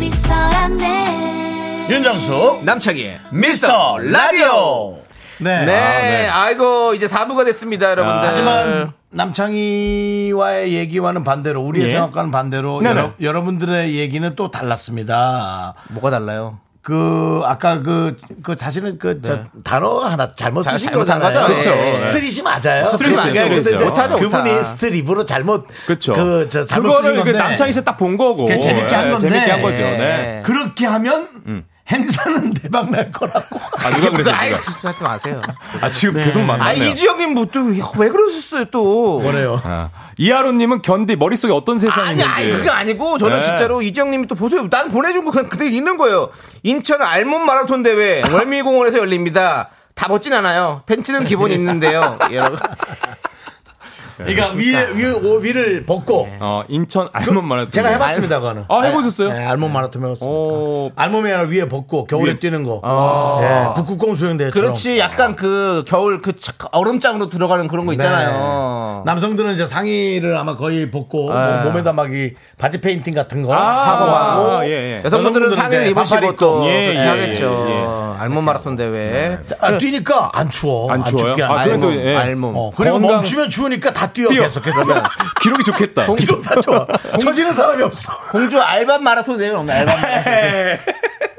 Speaker 12: 미스터 미스터란데
Speaker 1: 윤정수
Speaker 2: 남창희
Speaker 1: 미스터 라디오. 네.
Speaker 2: 네, 아, 이고 이제 4부가 됐습니다, 여러분들.
Speaker 1: 하지만 남창희와의 아, 얘기와는 반대로 우리의
Speaker 2: 예.
Speaker 1: 생각과는 반대로
Speaker 2: 네네.
Speaker 1: 여러, 여러분들의 얘기는 또 달랐습니다.
Speaker 2: 뭐가 달라요?
Speaker 1: 그 아까 그 그 사실은 그 저 단어 하나 잘못
Speaker 2: 잘-
Speaker 1: 쓰신
Speaker 2: 잘못한
Speaker 1: 거잖아요. 그렇죠.
Speaker 2: 거죠. 예.
Speaker 1: 스트릿이 맞아요.
Speaker 2: 스트릿이
Speaker 1: 그게
Speaker 2: 맞죠.
Speaker 1: 근데 이제
Speaker 2: 못하죠,
Speaker 1: 그분이
Speaker 2: 못하.
Speaker 1: 스트립으로 잘못
Speaker 11: 그렇죠.
Speaker 1: 그저 잘못 쓰신
Speaker 11: 그거를 그
Speaker 1: 건데
Speaker 11: 남창희 씨 딱 본 거고.
Speaker 1: 그게 재밌게 한
Speaker 11: 예,
Speaker 1: 건데.
Speaker 11: 재밌게 한 거죠.
Speaker 2: 예.
Speaker 11: 네.
Speaker 1: 그렇게 하면 행사는 대박 날 거라고.
Speaker 11: 아, 누가
Speaker 2: 무슨
Speaker 11: 그랬어요?
Speaker 2: 아이
Speaker 11: 누가?
Speaker 2: 그짓 하지 마세요.
Speaker 11: 아, 지금 계속
Speaker 2: 아
Speaker 11: 만나네요.
Speaker 2: 이주영님 뭐또왜 그러셨어요 또?
Speaker 1: 뭐래요?
Speaker 11: 이하로님은 견디 머릿속에 어떤
Speaker 2: 아니,
Speaker 11: 세상인지.
Speaker 2: 아니, 그게 아니고, 저는
Speaker 11: 네.
Speaker 2: 진짜로 이지영님이 또 보세요. 난 보내준 거 그냥 그대로 있는 거예요. 인천 알몸 마라톤 대회, 월미공원에서 열립니다. 다 멋진 않아요. 팬츠는 기본 있는데요. 여러분.
Speaker 1: 그러니까 위에 위에 오, 위를 벗고
Speaker 11: 어, 인천 알몸 말했던
Speaker 1: 제가 해봤습니다 그거는.
Speaker 11: 아, 해보셨어요?
Speaker 1: 네, 알몸 마라톤 해봤습니다.
Speaker 11: 어,
Speaker 1: 알몸이 하나 위에 벗고 겨울에
Speaker 11: 위에. 아.
Speaker 1: 뛰는 거. 예, 북극공 수영대회처럼.
Speaker 2: 그렇지. 약간 그 겨울 그 착- 얼음장으로 들어가는 그런 거 있잖아요.
Speaker 1: 네. 남성들은 이제 상의를 아마 거의 벗고 뭐 몸에다 막이 바디 페인팅 같은 거
Speaker 11: 네. 아,
Speaker 1: 하고 아, 하고
Speaker 11: 예, 예.
Speaker 2: 네. 여성분들은 상의를
Speaker 1: 이제 반팔
Speaker 2: 입으시고
Speaker 1: 입고.
Speaker 2: 또
Speaker 11: 예,
Speaker 2: 그렇게
Speaker 11: 예,
Speaker 2: 하겠죠.
Speaker 11: 예,
Speaker 2: 알몸 마라톤 대회.
Speaker 1: 자, 아, 뛰니까 안 추워.
Speaker 11: 안 추워요?
Speaker 1: 춥게
Speaker 11: 아,
Speaker 1: 안
Speaker 11: 저는 또,
Speaker 2: 알몸,
Speaker 11: 예.
Speaker 2: 알몸.
Speaker 1: 어, 그리고
Speaker 11: 건강-
Speaker 1: 멈추면 추우니까 다 뛰어,
Speaker 11: 뛰어.
Speaker 1: 계속해서.
Speaker 11: 기록이 좋겠다.
Speaker 1: 이거 다 좋아. 처지는 사람이 없어.
Speaker 2: 공주 알밤 마라톤 대회 없나? 알밤 마라톤 대회.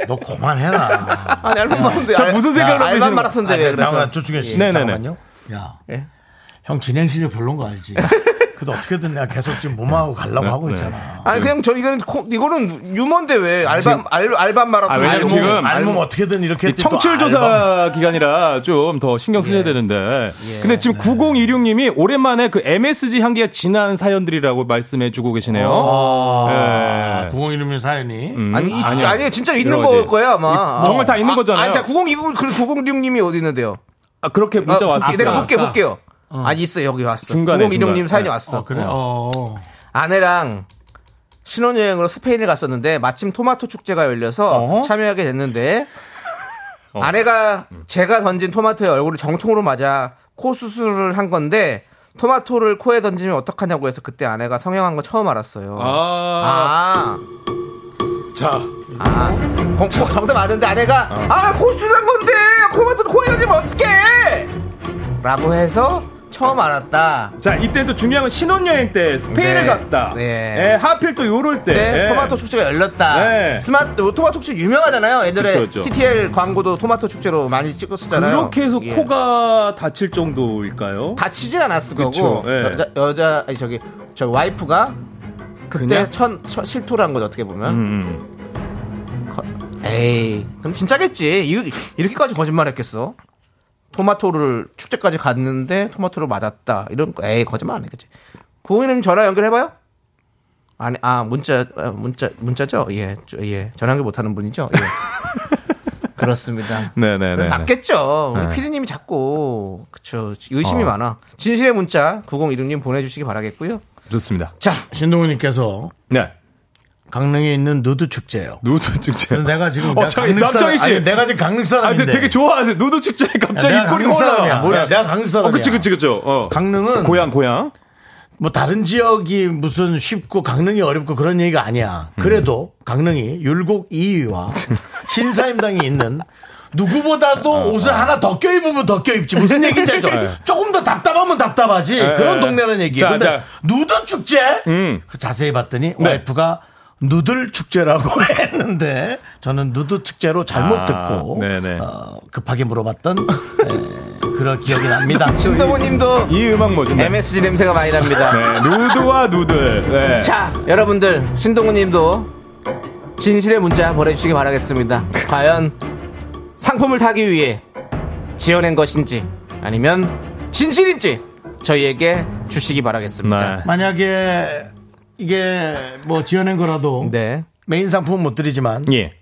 Speaker 1: 너 그만해라.
Speaker 2: 아니, 알밤 마라톤 대회.
Speaker 11: 저 무슨 생각을 하고
Speaker 2: 알밤
Speaker 11: 계시는
Speaker 2: 마라톤 대회.
Speaker 1: 아,
Speaker 2: 네, 그래서.
Speaker 1: 잠깐만, 조충현 씨.
Speaker 11: 네네네.
Speaker 1: 잠깐만요. 야.
Speaker 2: 예.
Speaker 1: 형 진행 실력 별론 거 알지? 그래도 어떻게든 내가 계속 지금 몸하고
Speaker 11: 네.
Speaker 1: 가려고 하고 있잖아.
Speaker 2: 아니 그냥 저 이거는 코- 이거는 유머인데 왜 알밤 알, 알밤
Speaker 11: 아,
Speaker 2: 마라톤 뭐
Speaker 11: 왜냐면
Speaker 2: 알몸,
Speaker 11: 지금
Speaker 1: 알몸, 알몸 어떻게든 이렇게
Speaker 11: 이 청취율
Speaker 1: 또 아,
Speaker 11: 조사
Speaker 1: 알바-
Speaker 11: 기간이라 좀 더 신경
Speaker 1: 예.
Speaker 11: 쓰셔야 되는데. 근데
Speaker 1: 네.
Speaker 11: 지금 9016님이 오랜만에 그 MSG 향기가 진한 사연들이라고 말씀해주고 계시네요.
Speaker 1: 아,
Speaker 11: 예.
Speaker 1: 구공 이름의 사연이.
Speaker 11: 음,
Speaker 2: 아니 이,
Speaker 11: 아니요.
Speaker 2: 아니 진짜 있는
Speaker 11: 이러지.
Speaker 2: 걸 거예요 아마
Speaker 11: 이- 정말 다 있는 거잖아요.
Speaker 2: 아, 자 902그 906님이 어디 있는데요?
Speaker 11: 아, 그렇게 문자
Speaker 2: 아,
Speaker 11: 왔어요.
Speaker 2: 내가 볼게 볼게요. 아니 있어 여기 왔어.
Speaker 11: 중간에,
Speaker 2: 906님
Speaker 11: 중간에. 네.
Speaker 2: 사연이 왔어.
Speaker 1: 어, 그래. 어. 어.
Speaker 2: 아내랑 신혼여행으로 스페인을 갔었는데 마침 토마토 축제가 열려서
Speaker 11: 어허. 어.
Speaker 2: 참여하게 됐는데 아내가 제가 던진 토마토의 얼굴을 정통으로 맞아 코 수술을 한 건데 토마토를 코에 던지면 어떡하냐고 해서 그때 아내가 성형한 거 처음 알았어요.
Speaker 11: 아,
Speaker 2: 아,
Speaker 11: 자.
Speaker 2: 아. 공, 공, 정답 맞는데 아내가
Speaker 11: 어.
Speaker 2: 아, 코 수술한 건데 토마토를 코에 던지면 어떡해! 라고 해서 처음 알았다.
Speaker 11: 자, 이때 또 중요한 건 신혼여행 때 스페인을
Speaker 2: 네.
Speaker 11: 갔다.
Speaker 2: 네.
Speaker 11: 예, 하필 또 요럴 때.
Speaker 2: 때
Speaker 11: 예.
Speaker 2: 네, 토마토 축제가 열렸다.
Speaker 11: 네.
Speaker 2: 스마트 뭐 토마토 축제 유명하잖아요. 예전에
Speaker 11: 그쵸, 그쵸.
Speaker 2: TTL 광고도 토마토 축제로 많이 찍었었잖아요.
Speaker 11: 그렇게 해서
Speaker 2: 예.
Speaker 11: 코가 다칠 정도일까요?
Speaker 2: 다치진 않았을
Speaker 11: 그쵸,
Speaker 2: 거고
Speaker 11: 예.
Speaker 2: 여자, 여자 아니 저기 저 와이프가 그때
Speaker 11: 그냥?
Speaker 2: 첫, 첫 네, 실토를 한 거죠 어떻게 보면.
Speaker 11: 음.
Speaker 2: 에이 그럼 진짜겠지. 이, 이렇게까지 거짓말했겠어? 토마토를 축제까지 갔는데 토마토를 맞았다. 이런 거 에이 거짓말 안 했겠지. 고객님 전화 연결해봐요. 아니 아 문자 아, 문자 문자죠. 예, 저, 예 전화 연결 못하는 분이죠. 예. 그렇습니다.
Speaker 11: 네네네.
Speaker 2: 맞겠죠. 우리
Speaker 11: 네.
Speaker 2: 피디님이 자꾸 그쵸 의심이
Speaker 11: 어.
Speaker 2: 많아. 진실의 문자 9016님 보내주시기 바라겠고요.
Speaker 11: 좋습니다.
Speaker 2: 자,
Speaker 1: 신동훈님께서
Speaker 11: 네.
Speaker 1: 강릉에 있는 누드 축제요.
Speaker 11: 누드 축제.
Speaker 1: 내가 지금
Speaker 11: 어,
Speaker 1: 내가
Speaker 11: 저기
Speaker 1: 강릉
Speaker 11: 남정희 씨.
Speaker 1: 사람, 아니, 내가 지금 강릉 사람인데.
Speaker 11: 아, 근데 되게 좋아하세요. 노도 축제에 갑자기
Speaker 1: 야, 내가
Speaker 11: 꼬리가
Speaker 1: 강릉 사람이야.
Speaker 11: 올라와.
Speaker 1: 뭐야, 내가 강릉 사람이야.
Speaker 11: 어, 그치, 그치, 그치. 어.
Speaker 1: 강릉은
Speaker 11: 고향, 고향.
Speaker 1: 뭐 다른 지역이 무슨 쉽고 강릉이 어렵고 그런 얘기가 아니야. 그래도
Speaker 11: 음.
Speaker 1: 강릉이 율곡 2위와 신사임당이 있는 누구보다도 옷을 하나 더 껴입으면 더 껴입지 무슨 얘기인지 알죠?
Speaker 11: 어, 네.
Speaker 1: 조금 더 답답하면 답답하지
Speaker 11: 네,
Speaker 1: 그런
Speaker 11: 네.
Speaker 1: 동네라는 얘기예요.
Speaker 11: 자, 음. 네.
Speaker 1: 근데
Speaker 11: 자.
Speaker 1: 누드 축제 그 자세히 봤더니 와이프가 누들 축제라고 했는데 저는 누드 축제로 잘못
Speaker 11: 아,
Speaker 1: 듣고
Speaker 11: 네네.
Speaker 1: 어, 급하게 물어봤던 에, 그런 기억이 납니다.
Speaker 2: 신동훈님도
Speaker 11: 이 음악 뭐죠? 네.
Speaker 2: MSG 냄새가 많이 납니다.
Speaker 11: 네, 누드와 누들. 네.
Speaker 2: 자, 여러분들 신동훈님도 진실의 문자 보내주시기 바라겠습니다. 과연 상품을 타기 위해 지어낸 것인지 아니면 진실인지 저희에게 주시기
Speaker 11: 네.
Speaker 2: 바라겠습니다.
Speaker 1: 아. 만약에 이게 뭐 지어낸 거라도
Speaker 2: 네,
Speaker 1: 메인 상품은 못 드리지만
Speaker 11: 예.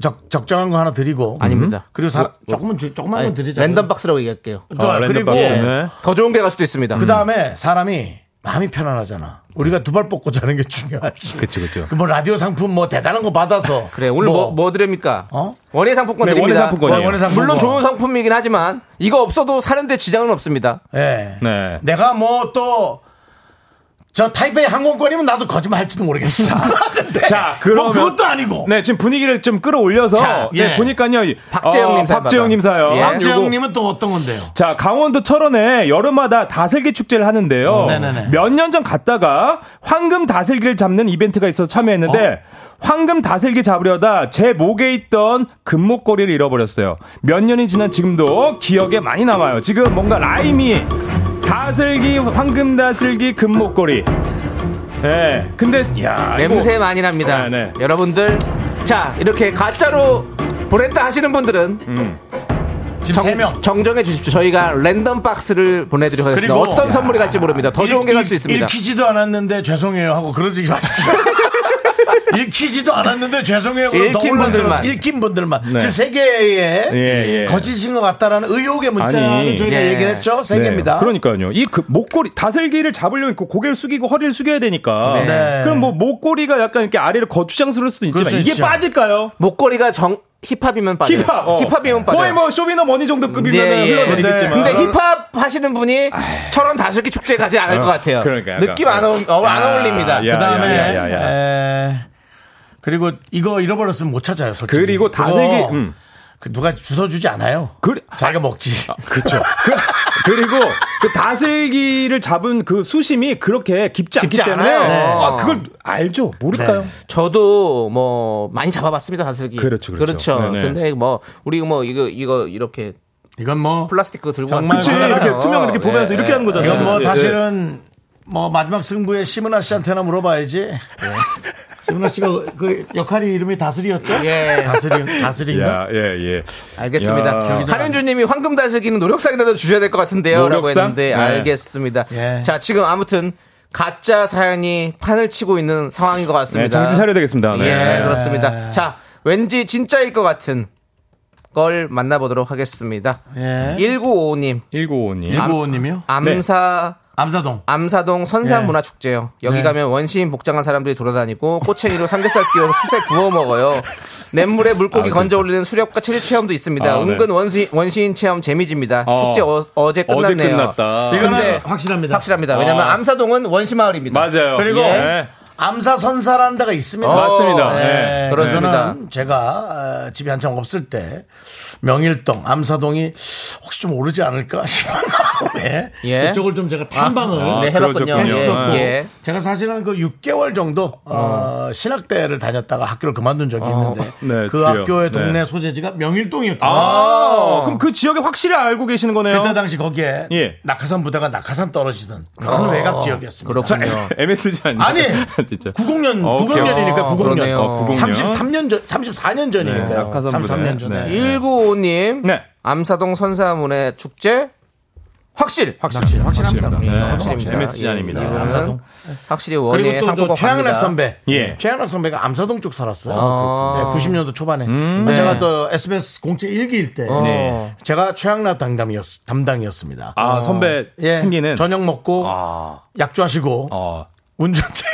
Speaker 1: 적, 적정한 거 하나 드리고 음.
Speaker 2: 아닙니다. 뭐,
Speaker 1: 그리고 사, 조금은 주- 조금만
Speaker 2: 아니,
Speaker 1: 드리자.
Speaker 2: 랜덤 박스라고 얘기할게요.
Speaker 1: 좋아.
Speaker 11: 아, 랜덤
Speaker 1: 그리고
Speaker 11: 박스.
Speaker 2: 예,
Speaker 11: 네.
Speaker 2: 더 좋은 게 갈 수도 있습니다.
Speaker 1: 그 다음에 사람이 마음이 편안하잖아. 우리가 두 발 뻗고 자는 게 중요하지.
Speaker 11: 그쵸, 그쵸.
Speaker 1: 그뭐 라디오 상품 뭐 대단한 거 받아서
Speaker 2: 그래 오늘 뭐, 뭐 드립니까?
Speaker 1: 어?
Speaker 2: 원예 상품권
Speaker 11: 네,
Speaker 2: 드립니다.
Speaker 11: 원예 상품권이요.
Speaker 1: 원예 상품권. 뭐.
Speaker 2: 물론 좋은 상품이긴 하지만 이거 없어도 사는데 지장은 없습니다.
Speaker 1: 예.
Speaker 11: 네.
Speaker 1: 내가 뭐 또 저 타이베이 항공권이면 나도 거짓말 할지도 모르겠어. 근데
Speaker 11: 자,
Speaker 1: 뭐
Speaker 11: 그러면-
Speaker 1: 그것도 아니고.
Speaker 11: 네, 지금 분위기를 좀 끌어올려서.
Speaker 2: 자,
Speaker 11: 네,
Speaker 1: 예.
Speaker 11: 보니까요. 이- 어,
Speaker 2: 박재영님 사연
Speaker 11: 박재영님
Speaker 2: 봐봐.
Speaker 11: 사요.
Speaker 2: 예.
Speaker 1: 박재영님은 또 어떤 건데요?
Speaker 11: 자, 강원도 철원에 여름마다 다슬기 축제를 하는데요.
Speaker 1: 네네네.
Speaker 11: 몇 년 전 갔다가 황금 다슬기를 잡는 이벤트가 있어서 참여했는데 황금 다슬기 잡으려다 제 목에 있던 금목걸이를 잃어버렸어요. 몇 년이 지난 지금도 기억에 많이 남아요. 지금 뭔가 라임이 다슬기 황금 다슬기 금목걸이. 예. 근데 야, 이거-
Speaker 2: 냄새 많이 납니다.
Speaker 11: 네, 네.
Speaker 2: 여러분들 자 이렇게 가짜로 보냈다 하시는 분들은
Speaker 11: 음.
Speaker 1: 지금 세 명.
Speaker 2: 정, 정정해 주십시오. 저희가 랜덤 박스를 보내드리도록 하겠습니다.
Speaker 1: 그리고-
Speaker 2: 어떤 선물이 갈지 모릅니다. 더 좋은
Speaker 1: 읽-
Speaker 2: 게 갈 수
Speaker 1: 읽-
Speaker 2: 있습니다.
Speaker 1: 읽히지도 않았는데 죄송해요 하고 그러지 마시고. 읽히지도 않았는데 죄송해요. 그럼 더
Speaker 2: 읽힌
Speaker 1: 혼란스러워.
Speaker 2: 분들만.
Speaker 1: 읽힌 분들만.
Speaker 11: 네.
Speaker 1: 지금 세 개의
Speaker 11: 예, 예.
Speaker 1: 거짓인 것 같다라는 의혹의 문자를
Speaker 11: 아니.
Speaker 1: 저희가
Speaker 2: 예.
Speaker 1: 얘기를 했죠. 세
Speaker 11: 네,
Speaker 1: 개입니다.
Speaker 11: 그러니까요. 이 그 목걸이 다슬기를 잡으려면 그 고개를 숙이고 허리를 숙여야 되니까.
Speaker 1: 네.
Speaker 11: 그럼 뭐 목걸이가 약간 이렇게 아래를 거추장스러울 수도
Speaker 1: 그럴
Speaker 11: 있지만
Speaker 1: 수
Speaker 11: 이게
Speaker 1: 있죠.
Speaker 11: 빠질까요?
Speaker 2: 목걸이가 정 힙합이면 빠져.
Speaker 11: 힙합. 어.
Speaker 2: 힙합이면 빠져.
Speaker 11: 거의 뭐 쇼미너 머니 정도 급이면
Speaker 2: 예, 예.
Speaker 11: 흘러내리겠지만. 아, 예.
Speaker 2: 근데 힙합 하시는 분이 철원 다슬기 축제 가지 않을
Speaker 11: 어,
Speaker 2: 것 같아요.
Speaker 11: 그러니까 약간-
Speaker 2: 느낌 안, 어울, 어, 안
Speaker 11: 야,
Speaker 2: 어울립니다.
Speaker 11: 야,
Speaker 1: 그다음에
Speaker 11: 야, 야, 야,
Speaker 1: 에, 그리고 이거 잃어버렸으면 못 찾아요. 솔직히.
Speaker 11: 그리고 다슬기
Speaker 1: 그거
Speaker 11: 음.
Speaker 1: 그 누가 주워 주지 않아요.
Speaker 11: 그리-
Speaker 1: 자기가 먹지.
Speaker 11: 그렇죠. 그, 리고그 다슬기를 잡은 그 수심이 그렇게 깊지 않기
Speaker 2: 깊지
Speaker 11: 때문에
Speaker 2: 않아요.
Speaker 11: 아,
Speaker 2: 네.
Speaker 11: 그걸 알죠. 모를까요?
Speaker 1: 네.
Speaker 2: 저도 뭐 많이 잡아봤습니다 다슬기.
Speaker 11: 그렇죠, 그렇죠. 네네.
Speaker 2: 근데 뭐 우리 뭐 이거 이거 이렇게
Speaker 1: 이건 뭐
Speaker 2: 플라스틱 거 들고 예,
Speaker 1: 정말
Speaker 11: 그치,
Speaker 1: 맞아요.
Speaker 11: 이렇게 투명 이렇게
Speaker 2: 네.
Speaker 11: 보면서 이렇게 하는 거잖아요.
Speaker 1: 이건 뭐
Speaker 11: 예,
Speaker 1: 사실은 뭐 마지막 승부에 시문아 씨한테나 물어봐야지. 시문아 예. 씨가 그 역할이 이름이 다슬이었죠?
Speaker 2: 예.
Speaker 1: 다슬이 다슬인가?
Speaker 11: 야, 예, 예.
Speaker 2: 알겠습니다.
Speaker 11: 야.
Speaker 2: 한현주님이 황금 다슬기는 노력상이라도 주셔야 될 것 같은데요라고
Speaker 11: 노력상?
Speaker 2: 했는데
Speaker 11: 네.
Speaker 2: 알겠습니다.
Speaker 1: 예.
Speaker 2: 자 지금 아무튼 가짜 사연이 판을 치고 있는 상황인 것
Speaker 11: 네,
Speaker 2: 같습니다.
Speaker 11: 정신 차려야 되겠습니다. 네.
Speaker 2: 예, 그렇습니다. 자, 왠지 진짜일 것 같은 걸 만나보도록 하겠습니다.
Speaker 1: 예.
Speaker 2: 1955님,
Speaker 11: 195님.
Speaker 1: 195님이요?
Speaker 11: 네.
Speaker 2: 암사,
Speaker 1: 예. 암사동.
Speaker 2: 암사동 선산문화축제요. 여기
Speaker 1: 네.
Speaker 2: 가면 원시인 복장한 사람들이 돌아다니고 꼬챙이로 삼겹살 끼워서 수세 구워 먹어요. 냇물에 물고기
Speaker 11: 아,
Speaker 2: 건져 올리는 수렵과 체류 체험도 있습니다.
Speaker 11: 아, 네.
Speaker 2: 은근 원시, 원시인 체험 재미집니다.
Speaker 11: 어.
Speaker 2: 축제 어, 제
Speaker 11: 어제
Speaker 2: 끝났네요.
Speaker 11: 끝났다.
Speaker 1: 이거는
Speaker 2: 근데
Speaker 1: 확실합니다.
Speaker 2: 확실합니다. 왜냐면
Speaker 11: 아.
Speaker 2: 암사동은 원시마을입니다.
Speaker 11: 맞아요.
Speaker 1: 그리고
Speaker 2: 예.
Speaker 11: 네.
Speaker 1: 암사 선사라는 데가 있습니다.
Speaker 2: 어,
Speaker 11: 맞습니다.
Speaker 2: 네.
Speaker 11: 네.
Speaker 2: 그렇습니다.
Speaker 1: 저는 제가 어, 집이 한창 없을 때 명일동, 암사동이 혹시 좀 오르지 않을까 싶은 마음에
Speaker 2: 예.
Speaker 1: 그쪽을 좀 제가 탐방을
Speaker 11: 아,
Speaker 2: 네, 해봤군요.
Speaker 11: 그러셨군요.
Speaker 2: 예.
Speaker 1: 했었고
Speaker 2: 예.
Speaker 1: 뭐 제가 사실은 그 6개월 정도 어, 신학대를 다녔다가 학교를 그만둔 적이 있는데
Speaker 11: 네,
Speaker 1: 그
Speaker 11: 주요.
Speaker 1: 학교의
Speaker 11: 네.
Speaker 1: 동네 소재지가 명일동이었고
Speaker 11: 아, 그럼 그 지역에 확실히 알고 계시는 거네요.
Speaker 1: 그때 당시 거기에
Speaker 11: 예. 어.
Speaker 1: 낙하산 부대가 낙하산 떨어지던 그런 외곽 지역이었습니다. 네.
Speaker 11: 자, MSG 아니에요?
Speaker 1: 아니
Speaker 11: 90년 진짜. 그렇죠. 예.
Speaker 1: 90년,
Speaker 11: 어,
Speaker 1: 90년이니까
Speaker 11: 아,
Speaker 1: 90년.
Speaker 11: 그러네요. 어, 90년.
Speaker 1: 33년 전, 34년
Speaker 11: 네,
Speaker 1: 전이니까요.
Speaker 11: 낙하산
Speaker 1: 33년 전에.
Speaker 11: 무대. 네.
Speaker 2: 195님 암사동 선사문의 축제 확실
Speaker 11: 확실
Speaker 2: 확실합니다.
Speaker 11: 확실합니다.
Speaker 2: 예,
Speaker 11: 네,
Speaker 2: 확실합니다.
Speaker 11: MSG
Speaker 2: 예,
Speaker 11: 아닙니다.
Speaker 2: 이거는
Speaker 11: 암사동.
Speaker 2: 확실히 원예
Speaker 1: 그리고 또저
Speaker 2: 상품권
Speaker 1: 최양락
Speaker 2: 갑니다.
Speaker 1: 선배.
Speaker 11: 예.
Speaker 1: 최양락 선배가 암사동 쪽 살았어요.
Speaker 2: 아,
Speaker 1: 네, 90년도 초반에.
Speaker 2: 네.
Speaker 1: 제가 또 SBS 공채 일기일때
Speaker 11: 음. 어. 네.
Speaker 1: 제가 최양락 담당이었, 담당이었습니다.
Speaker 11: 아, 선배
Speaker 1: 예.
Speaker 11: 챙기는? 아. 어.
Speaker 1: 저녁 먹고 약주하시고 운전체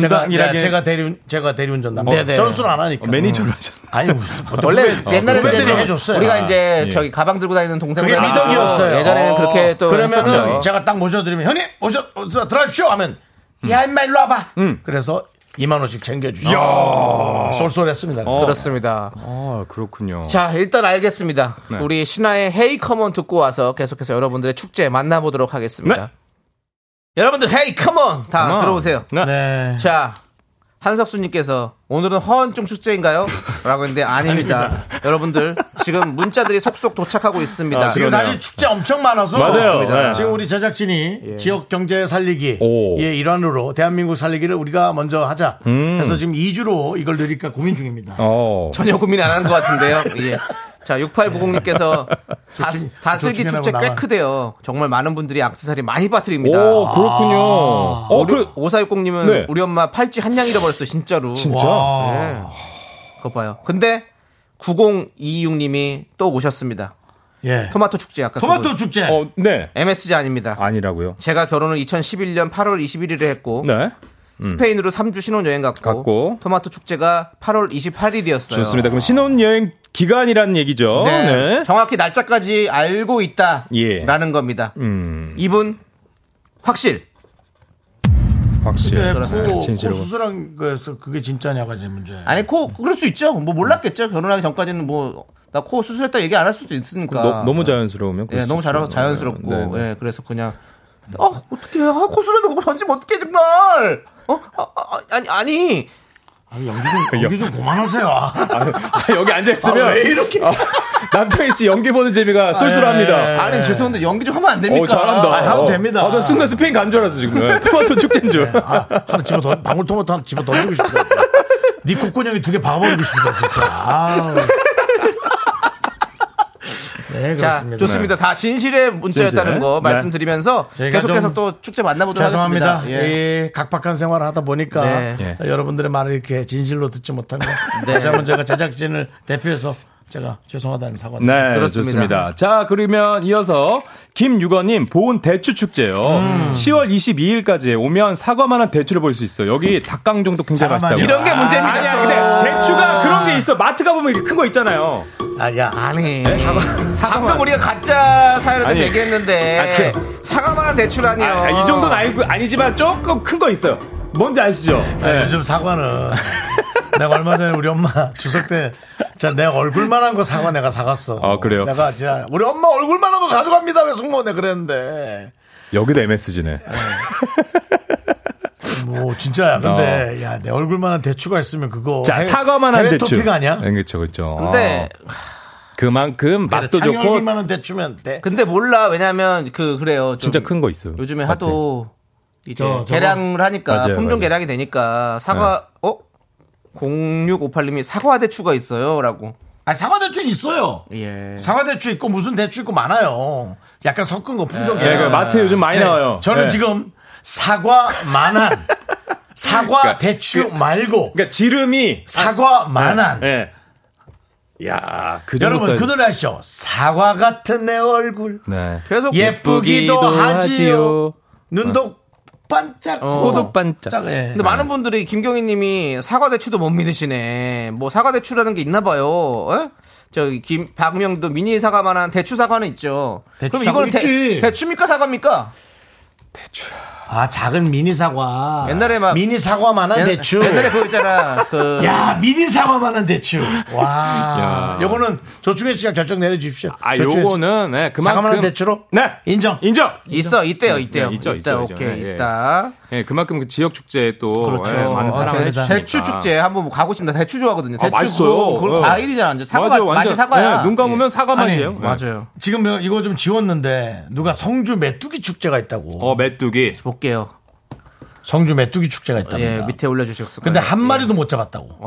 Speaker 1: 제가,
Speaker 11: 담당이라기엔- 어.
Speaker 1: 네, 제가 대리 제가 대리운전 담당.
Speaker 11: 네네.
Speaker 1: 전수는 안 하니까. 음.
Speaker 11: 어, 매니저로 하셨나?
Speaker 1: 아니 뭐, 무슨 보통
Speaker 2: 원래
Speaker 1: 후배- 어,
Speaker 2: 옛날에는
Speaker 1: 후배들이
Speaker 2: 이제
Speaker 1: 해줬어요.
Speaker 2: 우리가
Speaker 1: 아,
Speaker 2: 이제
Speaker 1: 예.
Speaker 2: 저기 가방 들고 다니는 동생
Speaker 1: 그게 미덕이었어요.
Speaker 2: 예전에는 그렇게 또
Speaker 1: 그러면은
Speaker 2: 했었죠.
Speaker 1: 제가 딱 모셔드리면 형님 오셔 오셔, 들어오십시오 하면
Speaker 11: 음.
Speaker 1: 야 인마 일로 와봐. 그래서 2만 원씩 챙겨주죠.
Speaker 11: 이야. 어.
Speaker 1: 쏠쏠했습니다.
Speaker 2: 그렇습니다.
Speaker 1: 어.
Speaker 11: 아, 그렇군요.
Speaker 2: 자 일단 알겠습니다.
Speaker 11: 네.
Speaker 2: 우리 신화의 헤이 컴온 듣고 와서 계속해서 여러분들의 축제 만나보도록 하겠습니다. 여러분들 헤이 컴온 다
Speaker 11: Come on.
Speaker 2: 아, 들어오세요.
Speaker 1: 네.
Speaker 2: 자 한석수님께서 오늘은 허언증 축제인가요? 라고 했는데 아닙니다. 여러분들 지금 문자들이 속속 도착하고 있습니다.
Speaker 1: 아, 지금 사실 축제 엄청 많아서
Speaker 2: 맞아요. 네.
Speaker 1: 지금 우리 제작진이 지역 경제 살리기 의 일환으로 대한민국 살리기를 우리가 먼저 하자.
Speaker 11: 음.
Speaker 1: 그래서 지금 2주로 이걸 드릴까 고민 중입니다.
Speaker 11: 어.
Speaker 2: 전혀 고민 안 한 것 같은데요. 예. 자, 6890님께서
Speaker 1: 조충-
Speaker 2: 다슬기
Speaker 1: 조충이라고
Speaker 2: 축제 꽤
Speaker 1: 나와.
Speaker 2: 크대요. 정말 많은 분들이 악세사리 많이 빠뜨립니다.
Speaker 11: 오, 그렇군요. 어, 그-
Speaker 2: 5460님은
Speaker 11: 네.
Speaker 2: 우리 엄마 팔찌 한 냥 잃어버렸어, 진짜로.
Speaker 11: 진짜?
Speaker 2: 와.
Speaker 1: 예.
Speaker 2: 네. 그거 봐요. 근데 9026님이 또 오셨습니다.
Speaker 1: 예.
Speaker 2: 토마토 축제 아까 그분.
Speaker 1: 축제.
Speaker 11: 어, 네.
Speaker 2: MSG 아닙니다.
Speaker 11: 아니라고요.
Speaker 2: 제가 결혼을 2011년 8월 21일에 했고
Speaker 11: 네.
Speaker 2: 스페인으로 3주 신혼여행 갔고,
Speaker 11: 갔고.
Speaker 2: 토마토 축제가 8월 28일이었어요.
Speaker 11: 좋습니다. 그럼 신혼여행 기간이라는 얘기죠.
Speaker 2: 네.
Speaker 11: 네.
Speaker 2: 정확히 날짜까지 알고 있다라는
Speaker 11: 예.
Speaker 2: 겁니다.
Speaker 11: 음.
Speaker 2: 이분 확실.
Speaker 11: 확실히.
Speaker 1: 네,
Speaker 11: 그렇습니다.
Speaker 1: 코, 코
Speaker 11: 진실하고.
Speaker 1: 수술한 거에서 그게 진짜냐가 제 문제예요.
Speaker 2: 아니 코 그럴 수 있죠. 뭐 몰랐겠죠. 결혼하기 전까지는 뭐 나 코 수술했다 얘기 안 할 수도 있으니까.
Speaker 11: 너, 너무 자연스러우면.
Speaker 2: 예,
Speaker 11: 그럴 수
Speaker 2: 너무
Speaker 11: 있죠.
Speaker 2: 잘 자연스럽고
Speaker 11: 네, 네.
Speaker 2: 예, 그래서 그냥 아 어떻게 아, 코 수술했는데 그걸 던지면 어떻게 정말? 어 아, 아, 아니 아니
Speaker 1: 여기 좀 그만하세요. 아,
Speaker 11: 아, 여기 앉아있으면.
Speaker 1: 왜 이렇게.
Speaker 11: 아, 남창희 씨 연기 보는 재미가 쏠쏠합니다.
Speaker 2: 아니 죄송한데 연기 좀 예. 하면 안 됩니까?
Speaker 11: 네. 어, 잘한다.
Speaker 1: 아, 하면
Speaker 11: 어.
Speaker 1: 됩니다.
Speaker 11: 아, 나 순간 스페인 간 줄 알았어, 지금. 네, 토마토 축제인 줄.
Speaker 1: 아, 하나 집어 던, 방울토마토 하나 집어 던지고 싶다. 니 콧구멍이 두 개 박아버리고 싶다, 진짜. 아우. 네,
Speaker 2: 자,
Speaker 1: 그렇습니다.
Speaker 2: 좋습니다. 다 진실의 문자였다는
Speaker 1: 진실. 네.
Speaker 2: 거 말씀드리면서
Speaker 1: 저희가
Speaker 2: 계속해서
Speaker 1: 좀
Speaker 2: 또 축제 만나보도록
Speaker 1: 죄송합니다.
Speaker 2: 하겠습니다. 예.
Speaker 1: 이 각박한 생활을 하다 보니까
Speaker 2: 네.
Speaker 1: 예. 여러분들의 말을 이렇게 진실로 듣지 못한 거.
Speaker 2: 네.
Speaker 1: 다시 한번 제가 제작진을 대표해서 제가 죄송하다는 사과를
Speaker 11: 네,
Speaker 1: 드리겠습니다.
Speaker 11: 좋습니다. 자, 그러면 이어서 김유건님 보온 대추 축제요. 10월 22일까지 오면 사과만한 대추를 볼 수 있어. 요 여기 닭강정도 굉장히 맛있다고.
Speaker 1: 잠깐만요.
Speaker 2: 이런 게 문제입니다.
Speaker 11: 아니야,
Speaker 2: 또.
Speaker 11: 근데 대추가 그런 게 있어. 마트 가보면 이렇게 큰 거 있잖아요.
Speaker 1: 아, 야.
Speaker 2: 아니
Speaker 11: 사과만.
Speaker 2: 방금 우리가 가짜 사연을
Speaker 11: 아니.
Speaker 2: 얘기했는데
Speaker 11: 아, 진짜.
Speaker 2: 사과만한 대출아니요
Speaker 11: 아, 아, 이 정도는 아니고, 아니지만 조금 큰 거 있어요. 뭔지 아시죠?
Speaker 1: 아,
Speaker 11: 네.
Speaker 1: 요즘 사과는 내가 얼마 전에 우리 엄마 추석 때 진짜 내 얼굴만한 거 사과 내가 사갔어.
Speaker 11: 아, 그래요?
Speaker 1: 내가 진짜 우리 엄마 얼굴만한 거 가져갑니다. 왜 숙모네 그랬는데.
Speaker 11: 여기도 MSG네.
Speaker 1: 뭐 진짜야. 근데 야 내 얼굴만한 대추가 있으면 그거
Speaker 11: 어. 자,
Speaker 1: 어, 해외-
Speaker 11: 사과만한
Speaker 1: 해외
Speaker 11: 대추.
Speaker 1: 토핑 아니야?
Speaker 11: 네, 그쵸, 그쵸.
Speaker 2: 근데
Speaker 11: 어. 그만큼 맛도 좋고
Speaker 1: 창이 그러니까 얼굴만한 대추면 돼.
Speaker 2: 근데 몰라 왜냐면 그 그래요 좀
Speaker 11: 진짜 큰 거 있어요.
Speaker 2: 요즘에
Speaker 11: 마트에.
Speaker 2: 하도 이제
Speaker 1: 저, 저거.
Speaker 2: 계량을 하니까
Speaker 11: 맞아요,
Speaker 2: 품종
Speaker 11: 맞아요. 네.
Speaker 2: 계량이 되니까 사과 어 0658님이 사과 대추가 있어요라고
Speaker 1: 아 사과 대추는 있어요.
Speaker 2: 예
Speaker 1: 사과 대추 있고 무슨 대추 있고 많아요. 약간 섞은 거 품종
Speaker 11: 네, 그 마트에 요즘 많이 나와요.
Speaker 1: 아, 저는
Speaker 11: 네.
Speaker 1: 지금 사과만한 사과 대추 말고
Speaker 11: 그러니까 지름이
Speaker 1: 사과만한
Speaker 11: 예. 야, 그 정도
Speaker 1: 여러분
Speaker 11: 사이즈.
Speaker 1: 그 노래 아시죠? 사과 같은 내 얼굴
Speaker 11: 네.
Speaker 2: 계속
Speaker 1: 예쁘기도
Speaker 11: 예쁘기도
Speaker 1: 하지요.
Speaker 11: 하지요.
Speaker 1: 눈도 반짝
Speaker 2: 어.
Speaker 1: 코도
Speaker 11: 코도 반짝.
Speaker 1: 반짝. 예.
Speaker 2: 근데 많은 분들이 김경희님이 사과 대추도 못 믿으시네. 뭐 사과 대추라는 게 있나봐요. 어? 저기 김 박명도 미니 사과만한 대추 사과는 있죠.
Speaker 1: 대추
Speaker 2: 그럼
Speaker 1: 사과
Speaker 2: 이거는 대,
Speaker 1: 있지.
Speaker 2: 대추입니까 사과입니까?
Speaker 1: 아 작은 미니 사과.
Speaker 2: 옛날에 막-
Speaker 1: 미니 사과만한
Speaker 2: 옛-
Speaker 1: 대추.
Speaker 2: 옛날에 그거 있잖아. 그
Speaker 1: 야 미니 사과만한 대추. 와.
Speaker 11: 야.
Speaker 1: 요거는 조충현 씨가 결정 내려주십시오.
Speaker 11: 아,
Speaker 1: 조충현 씨.
Speaker 11: 요거는 네, 그만큼
Speaker 1: 사과만한 대추로.
Speaker 11: 네.
Speaker 1: 인정.
Speaker 11: 인정.
Speaker 2: 있어 있대요 있대요.
Speaker 11: 네, 있죠,
Speaker 2: 있다
Speaker 11: 있죠, 있죠.
Speaker 2: 오케이
Speaker 11: 예, 예.
Speaker 2: 있다.
Speaker 11: 예, 그만큼 그 지역 축제에 또 예,
Speaker 1: 그렇죠.
Speaker 11: 많은 사랑을
Speaker 2: 어,
Speaker 11: 해
Speaker 1: 맞습니다.
Speaker 11: 주시니까.
Speaker 2: 대추 축제 한번 가고 싶다. 대추 좋아하거든요. 대추
Speaker 11: 맛있어요.
Speaker 2: 그거
Speaker 11: 예.
Speaker 2: 과일이잖아. 완전 사과
Speaker 11: 맞아요,
Speaker 2: 맛이
Speaker 11: 완전.
Speaker 2: 사과야.
Speaker 11: 예, 눈 감으면 사과
Speaker 1: 아니,
Speaker 11: 맛이에요. 예.
Speaker 2: 예. 맞아요.
Speaker 1: 지금 이거
Speaker 2: 어.
Speaker 1: 좀 지웠는데 누가 성주 메뚜기 축제가 있다고.
Speaker 11: 어, 메뚜기.
Speaker 2: 볼게요.
Speaker 1: 성주 메뚜기 축제가 있답니다.
Speaker 2: 예, 밑에 올려주셨을
Speaker 1: 근데
Speaker 2: 거예요.
Speaker 1: 한 마리도 못 잡았다고.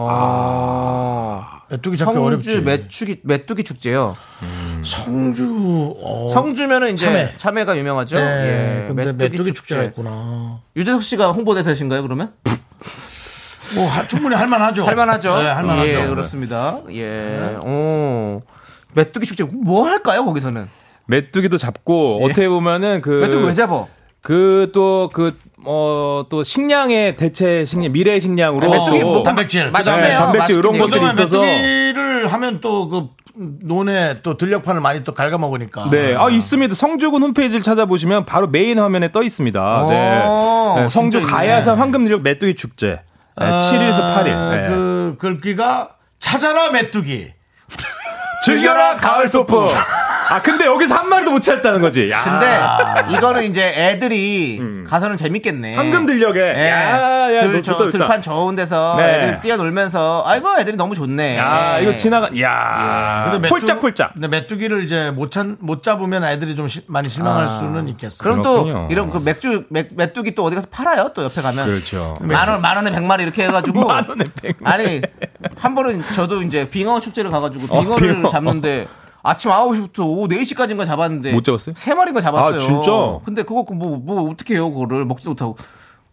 Speaker 2: 아.
Speaker 1: 메뚜기 잡기 어렵지.
Speaker 2: 성주 메뚜기, 메뚜기 축제요.
Speaker 1: 성주 어.
Speaker 2: 성주면은 이제 참외.
Speaker 1: 참외.
Speaker 2: 가 유명하죠.
Speaker 1: 네,
Speaker 2: 예,
Speaker 1: 근데 메뚜기,
Speaker 2: 축제.
Speaker 1: 축제가 있구나.
Speaker 2: 유재석 씨가 홍보대사신가요 그러면?
Speaker 11: 네,
Speaker 1: 뭐 하- 충분히 할만하죠.
Speaker 2: 할만하죠.
Speaker 1: 네, 할만하죠.
Speaker 2: 예, 그렇습니다. 예.
Speaker 11: 네.
Speaker 2: 오. 메뚜기 축제 뭐 할까요 거기서는?
Speaker 11: 메뚜기도 잡고
Speaker 2: 예.
Speaker 11: 어떻게 보면은 그
Speaker 2: 메뚜기 왜 잡아?
Speaker 11: 그또 그 어, 또 식량의 대체 식량, 미래 식량으로.
Speaker 1: 아, 메뚜기
Speaker 11: 또-
Speaker 1: 뭐 단백질.
Speaker 11: 네, 단백질 이런 것들이
Speaker 1: 그동안
Speaker 11: 있어서.
Speaker 1: 메뚜기를 하면 또 그 논에 또 들력판을 많이 또 갉아 먹으니까.
Speaker 11: 네, 아, 있습니다. 성주군 홈페이지를 찾아보시면 바로 메인 화면에 떠 있습니다.
Speaker 1: 오,
Speaker 11: 네. 네, 성주
Speaker 1: 진짜 있네.
Speaker 11: 가야산 황금리역 메뚜기 축제. 네, 7일에서 8일. 네.
Speaker 1: 그 글귀가 찾아라 메뚜기.
Speaker 11: 즐겨라 가을 소풍. 아 근데 여기서 한 마리도 못 찾았다는 거지. 야.
Speaker 2: 근데 이거는 이제 애들이 가서는 재밌겠네.
Speaker 11: 아. 음. 황금 들녘에.
Speaker 2: 예.
Speaker 11: 야, 야,
Speaker 2: 들,
Speaker 11: 너
Speaker 2: 저,
Speaker 11: 좋다, 좋다.
Speaker 2: 들판 좋은 데서
Speaker 11: 네.
Speaker 2: 애들 뛰어놀면서 아이고 애들이 너무 좋네.
Speaker 11: 야
Speaker 2: 예.
Speaker 11: 이거 지나가.
Speaker 1: 예.
Speaker 11: 야. 홀짝홀짝.
Speaker 1: 근데 메뚜기를 이제 못, 찾, 못 잡으면 아이들이 좀 시- 많이 실망할
Speaker 2: 아.
Speaker 1: 수는 있겠어요.
Speaker 2: 그럼 또 이런 그 맥주 맥, 메뚜기 또 어디 가서 팔아요? 또 옆에 가면
Speaker 11: 그렇죠.
Speaker 2: 만 원, 만 원에 백 마리 이렇게 해가지고
Speaker 11: 만 원에 백 마리.
Speaker 2: 아니 한 번은 저도 이제 빙어 축제를 가가지고
Speaker 11: 어,
Speaker 2: 빙어를
Speaker 11: 빙어.
Speaker 2: 잡는데 아침 9시부터 오후 4시까지인가 잡았는데
Speaker 11: 못 잡았어요?
Speaker 2: 세 마리인가 잡았어요.
Speaker 11: 아, 진짜?
Speaker 2: 근데 그거 뭐뭐 어떻게 해요? 그거를 먹지도 못하고.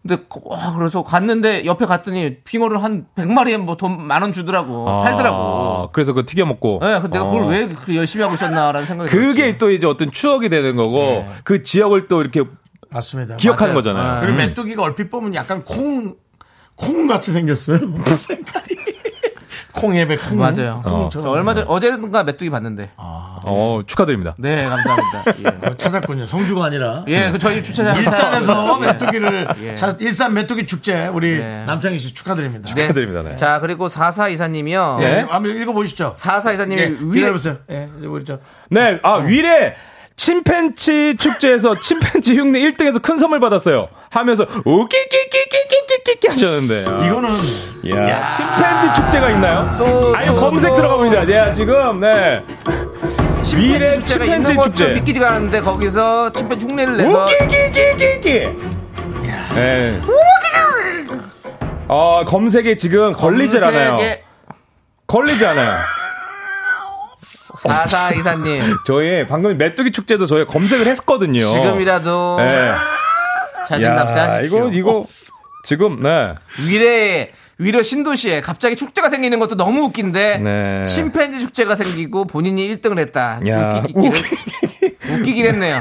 Speaker 2: 근데 거- 와 그래서 갔는데 옆에 갔더니 빙어를 한 100마리에 뭐 돈 만 원 주더라고.
Speaker 11: 아,
Speaker 2: 팔더라고.
Speaker 11: 그래서 그거 튀겨 먹고.
Speaker 2: 예, 근데 내가
Speaker 11: 어.
Speaker 2: 그걸 왜 그렇게 열심히 하고 있었나라는 생각이
Speaker 11: 그게 또 이제 어떤 추억이 되는 거고 그 지역을 또 이렇게
Speaker 1: 맞습니다.
Speaker 11: 기억하는 거잖아요. 음.
Speaker 1: 그리고 메뚜기가 얼핏 보면 약간 콩, 콩 같이 생겼어요. 색깔이. 콩예배 콩.
Speaker 2: 맞아요.
Speaker 11: 어.
Speaker 2: 저 얼마 전 어제인가 메뚜기 봤는데.
Speaker 11: 어 축하드립니다.
Speaker 2: 네, 감사합니다. 예.
Speaker 1: 찾았군요. 성주가 아니라.
Speaker 2: 예, 그 저희 주차장
Speaker 1: 일산에서
Speaker 2: 예.
Speaker 1: 메뚜기를
Speaker 2: 예.
Speaker 1: 찾, 일산 메뚜기 축제 우리
Speaker 2: 예.
Speaker 1: 남창희 씨 축하드립니다.
Speaker 2: 네.
Speaker 11: 축하드립니다, 네.
Speaker 2: 자, 그리고 44 이사님이요.
Speaker 1: 예, 한번 읽어보시죠.
Speaker 2: 44 이사님이
Speaker 1: 예,
Speaker 2: 위-
Speaker 1: 기다려보세요. 예, 우리 저
Speaker 11: 네, 아, 위례 침팬치 축제에서 침팬치 흉내 1등에서 큰 선물 받았어요. 하면서 우끼끼끼끼끼끼끼 하셨는데. 아.
Speaker 1: 이거는
Speaker 11: 야, 침팬지 축제가 있나요? 아니 검색 들어가봅니다. 예, 지금 네. 미래
Speaker 2: 축제가
Speaker 11: 침팬지
Speaker 2: 있는 것도
Speaker 11: 축제.
Speaker 2: 믿기지가 않는데 거기서 침팬지 흉내를 내서
Speaker 11: 우끼끼끼끼끼. 예. 어, 검색에 지금 걸리질 않아요. 걸리지 않아요.
Speaker 2: 44 이사님
Speaker 11: 저희 방금 메뚜기 축제도 저희 검색을 했거든요.
Speaker 2: 지금이라도
Speaker 11: 어. 예.
Speaker 2: 자진
Speaker 11: 야,
Speaker 2: 답세하십시오.
Speaker 11: 이거 이거 지금 네.
Speaker 2: 위례 위례 신도시에 갑자기 축제가 생기는 것도 너무 웃긴데
Speaker 11: 네.
Speaker 2: 침팬지 축제가 생기고 본인이 1등을 했다.
Speaker 11: 야,
Speaker 2: 웃기기를 웃기긴 했네요.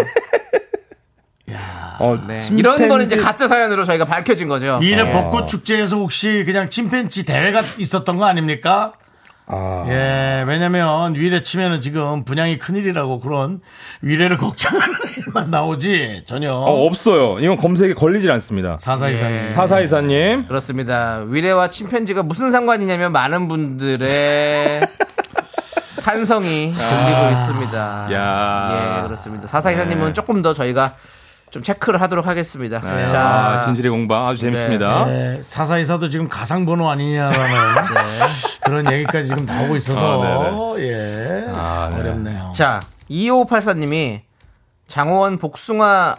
Speaker 11: 어,
Speaker 2: 네.
Speaker 11: 침팬지-
Speaker 2: 이런 거는 이제 가짜 사연으로 저희가 밝혀진 거죠. 네.
Speaker 1: 미래
Speaker 11: 어.
Speaker 1: 벚꽃 축제에서 혹시 그냥 침팬지 대회가 있었던 거 아닙니까?
Speaker 11: 아.
Speaker 1: 예, 왜냐면 위례 치면은 지금 분양이 큰일이라고 그런 위례를 걱정하는 일만 나오지 전혀.
Speaker 11: 어, 없어요. 이건 검색에 걸리질 않습니다.
Speaker 1: 사사이사님.
Speaker 2: 네.
Speaker 11: 사사이사님.
Speaker 2: 그렇습니다. 위례와 침팬지가 무슨 상관이냐면 많은 분들의 탄성이 들리고 있습니다.
Speaker 11: 아, 야.
Speaker 2: 예, 그렇습니다. 사사이사님은
Speaker 11: 네.
Speaker 2: 조금 더 저희가 좀 체크를 하도록 하겠습니다.
Speaker 11: 네.
Speaker 2: 자, 네.
Speaker 11: 아, 진실의 공방 아주 재밌습니다.
Speaker 1: 예, 사사이사도 지금 가상 번호 아니냐라는 그런 얘기까지 지금 나오고 있어서
Speaker 11: 네. 아,
Speaker 1: 예
Speaker 11: 아, 네.
Speaker 1: 어렵네요.
Speaker 2: 자, 2584님이 장호원 복숭아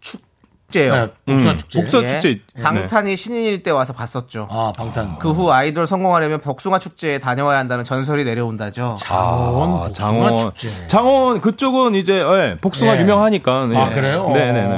Speaker 2: 축제요.
Speaker 1: 네, 복숭아
Speaker 11: 음,
Speaker 1: 축제.
Speaker 11: 복숭아
Speaker 2: 예.
Speaker 11: 축제. 네.
Speaker 2: 방탄이 신인일 때 와서 봤었죠.
Speaker 1: 아 방탄.
Speaker 2: 그 후 아이돌 성공하려면 복숭아 축제에 다녀와야 한다는 전설이 내려온다죠.
Speaker 1: 장원
Speaker 11: 아,
Speaker 1: 복숭아
Speaker 11: 장원.
Speaker 1: 축제.
Speaker 11: 장원 그쪽은 이제 예, 복숭아
Speaker 1: 예.
Speaker 11: 유명하니까.
Speaker 1: 아
Speaker 11: 예.
Speaker 1: 그래요?
Speaker 11: 네, 네, 네.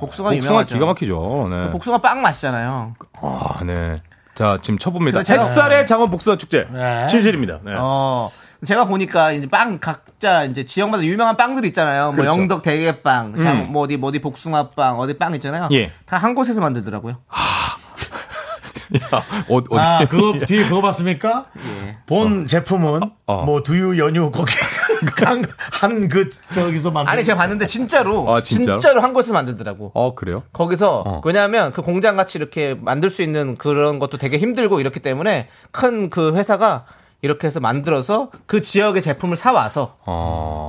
Speaker 2: 복숭아,
Speaker 11: 복숭아
Speaker 2: 유명하죠.
Speaker 11: 기가 막히죠. 네.
Speaker 2: 복숭아 빵 맛이잖아요.
Speaker 11: 아, 네. 자, 지금 쳐봅니다.
Speaker 2: 그래서 제가-
Speaker 11: 햇살의 장원 복숭아 축제.
Speaker 1: 네.
Speaker 11: 진실입니다. 네.
Speaker 2: 그렇죠. 어. 제가 보니까 이제 빵 각자 이제 지역마다 유명한 빵들 있잖아요.
Speaker 11: 그렇죠. 음.
Speaker 2: 뭐 영덕 대게빵, 장- 뭐 어디 뭐 어디 복숭아 빵, 어디 빵 있잖아요.
Speaker 11: 예.
Speaker 2: 다 한 곳에서 만들더라고요.
Speaker 11: 야, 어, 어디.
Speaker 1: 아 그거 뒤에 그거 봤습니까?
Speaker 2: 예.
Speaker 1: 본 제품은
Speaker 11: 어.
Speaker 1: 뭐 두유 연유 거기 한그 저기서 만든
Speaker 2: 아니 제가 봤는데 진짜로
Speaker 11: 아, 진짜로?
Speaker 2: 한 곳에서 만들더라고.
Speaker 11: 어, 그래요?
Speaker 2: 거기서
Speaker 11: 어.
Speaker 2: 왜냐하면 그 공장 같이 이렇게 만들 수 있는 그런 것도 되게 힘들고 이렇기 때문에 큰 그 회사가 이렇게 해서 만들어서 그 지역의 제품을 사 와서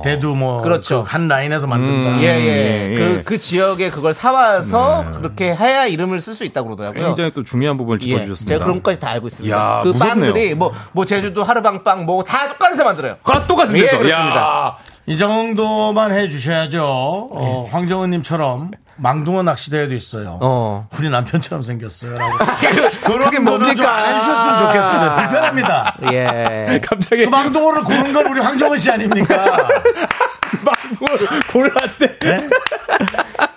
Speaker 11: 어.
Speaker 1: 대두 뭐
Speaker 2: 그렇죠.
Speaker 1: 그한 라인에서 만든다.
Speaker 11: 음.
Speaker 2: 예예
Speaker 11: 예, 예.
Speaker 2: 그 그 지역에 그걸 사 와서 그렇게 해야 이름을 쓸 수 있다고 음. 그러더라고요.
Speaker 11: 굉장히 또 중요한 부분을
Speaker 2: 예,
Speaker 11: 짚어주셨습니다.
Speaker 2: 제가 그런 것까지 다 알고 있습니다.
Speaker 11: 이야,
Speaker 2: 그
Speaker 11: 무섭네요.
Speaker 2: 빵들이 뭐, 뭐 제주도 하르방빵 뭐 다 똑같은 데 만들어요.
Speaker 11: 아, 똑같은데.
Speaker 2: 예, 그렇습니다. 예.
Speaker 1: 이 정도만 해주셔야죠. 어, 황정은님처럼 망둥어 낚시대회도 있어요. 군이 남편처럼 생겼어요. 라고.
Speaker 2: 그게
Speaker 1: 그런 거는 좀
Speaker 2: 뭡니까? 아.
Speaker 1: 안 해주셨으면 좋겠습니다. 불편합니다.
Speaker 2: 예.
Speaker 1: 갑자기. 그 망둥어를 고른 건 우리 황정은 씨 아닙니까?
Speaker 13: 망둥어를 골랐대.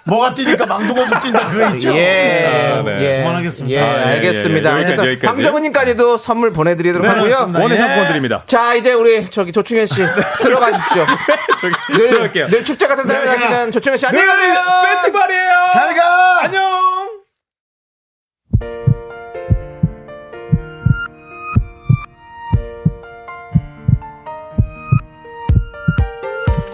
Speaker 1: 뭐가 뛰니까 망둥어도 뛴다 그거 있죠?
Speaker 11: 그렇죠.
Speaker 2: 예.
Speaker 1: 아, 네.
Speaker 2: 예.
Speaker 1: 그만하겠습니다.
Speaker 2: 예,
Speaker 1: 아, 예, 예,
Speaker 2: 알겠습니다.
Speaker 1: 예, 예.
Speaker 2: 어쨌든
Speaker 1: 여기까지, 여기까지.
Speaker 2: 방정우님까지도 선물 보내드리도록
Speaker 1: 네,
Speaker 2: 하고요.
Speaker 1: 알겠습니다. 네. 원예 예. 상품권
Speaker 13: 드립니다.
Speaker 2: 자, 이제 우리 저기 조충현 씨 들어가십시오. 늘,
Speaker 13: 들어갈게요.
Speaker 2: 늘 축제 같은 사람을
Speaker 13: 네,
Speaker 2: 하시는 조충현 씨 안녕히
Speaker 13: 늘
Speaker 2: 가세요.
Speaker 1: 네.
Speaker 13: 페스티벌이에요.
Speaker 1: 잘 가.
Speaker 13: 안녕.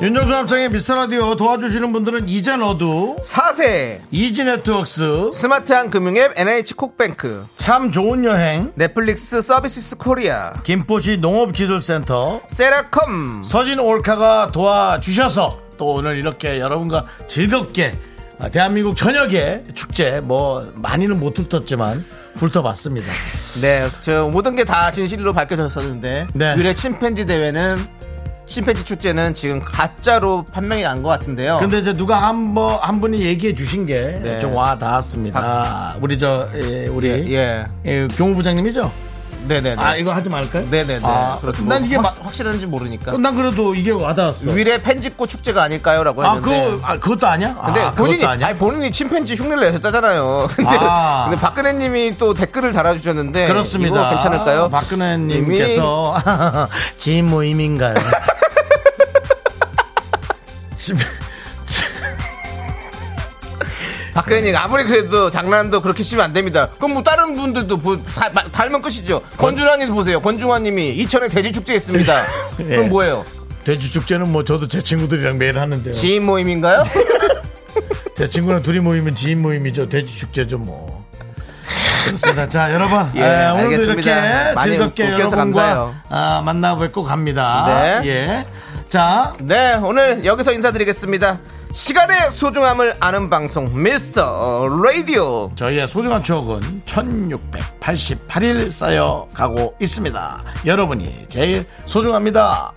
Speaker 1: 윤정수 합성의 미스터라디오 도와주시는 분들은 이젠 어두
Speaker 2: 사세
Speaker 1: 이지네트웍스
Speaker 2: 스마트한 금융앱 NH콕뱅크
Speaker 1: 참 좋은 여행
Speaker 2: 넷플릭스 서비스 코리아
Speaker 1: 김포시 농업기술센터
Speaker 2: 세라컴
Speaker 1: 서진 올카가 도와주셔서 또 오늘 이렇게 여러분과 즐겁게 아, 대한민국 전역의 축제 뭐 많이는 못 훑었지만 훑어봤습니다.
Speaker 2: 네, 저 모든 게 다 진실로 밝혀졌었는데
Speaker 1: 네.
Speaker 2: 유래 침팬지 대회는 침팬지 축제는 지금 가짜로 판명이 난 것 같은데요.
Speaker 1: 근데 이제 누가 한, 번, 한 분이 얘기해 주신 게
Speaker 2: 네.
Speaker 1: 좀 와 닿았습니다. 아, 우리 저, 예, 우리
Speaker 2: 예,
Speaker 1: 예, 경호 부장님이죠?
Speaker 2: 네네네.
Speaker 1: 아, 이거 하지 말까요?
Speaker 2: 네네네.
Speaker 1: 아,
Speaker 2: 그렇습니다.
Speaker 1: 난 이게
Speaker 2: 확,
Speaker 1: 마-
Speaker 2: 확실한지 모르니까.
Speaker 1: 어, 난 그래도 이게 와닿았어.
Speaker 2: 위례 펜집고 축제가 아닐까요라고
Speaker 1: 아,
Speaker 2: 했는데.
Speaker 1: 그거, 아, 그것도 아니야?
Speaker 2: 근데
Speaker 1: 아,
Speaker 2: 본인이
Speaker 1: 그것도 아니야?
Speaker 2: 아니 본인이 침팬지 흉내를 내셨다잖아요. 근데,
Speaker 1: 아.
Speaker 2: 근데 박근혜님이 또 댓글을 달아주셨는데
Speaker 1: 그렇습니다. 아,
Speaker 2: 이거 괜찮을까요?
Speaker 1: 박근혜님께서 지인 모임인가요? 심-
Speaker 2: 박근혜님 아무리 그래도 장난도 그렇게 치면 안 됩니다. 그럼 뭐 다른 분들도 보- 다- 마- 닮은 끝이죠. 권준환님 보세요. 권중환님이 이천에 돼지 축제 있습니다. 그럼 뭐예요?
Speaker 1: 돼지 축제는 뭐 저도 제 친구들이랑 매일 하는데요.
Speaker 2: 지인 모임인가요?
Speaker 1: 제 친구랑 둘이 모이면 지인 모임이죠. 돼지 축제죠 뭐. 그렇습니다. 자 여러분
Speaker 2: 예,
Speaker 1: 예, 오늘도
Speaker 2: 알겠습니다.
Speaker 1: 이렇게
Speaker 2: 많이
Speaker 1: 즐겁게
Speaker 2: 웃겨서 감사해요.
Speaker 1: 여러분과 아, 만나뵙고 갑니다.
Speaker 2: 네.
Speaker 1: 예. 자
Speaker 2: 네, 오늘 여기서 인사드리겠습니다. 시간의 소중함을 아는 방송 미스터 라디오.
Speaker 1: 저희의 소중한 추억은 1688일 쌓여 가고 있습니다. 여러분이 제일 소중합니다.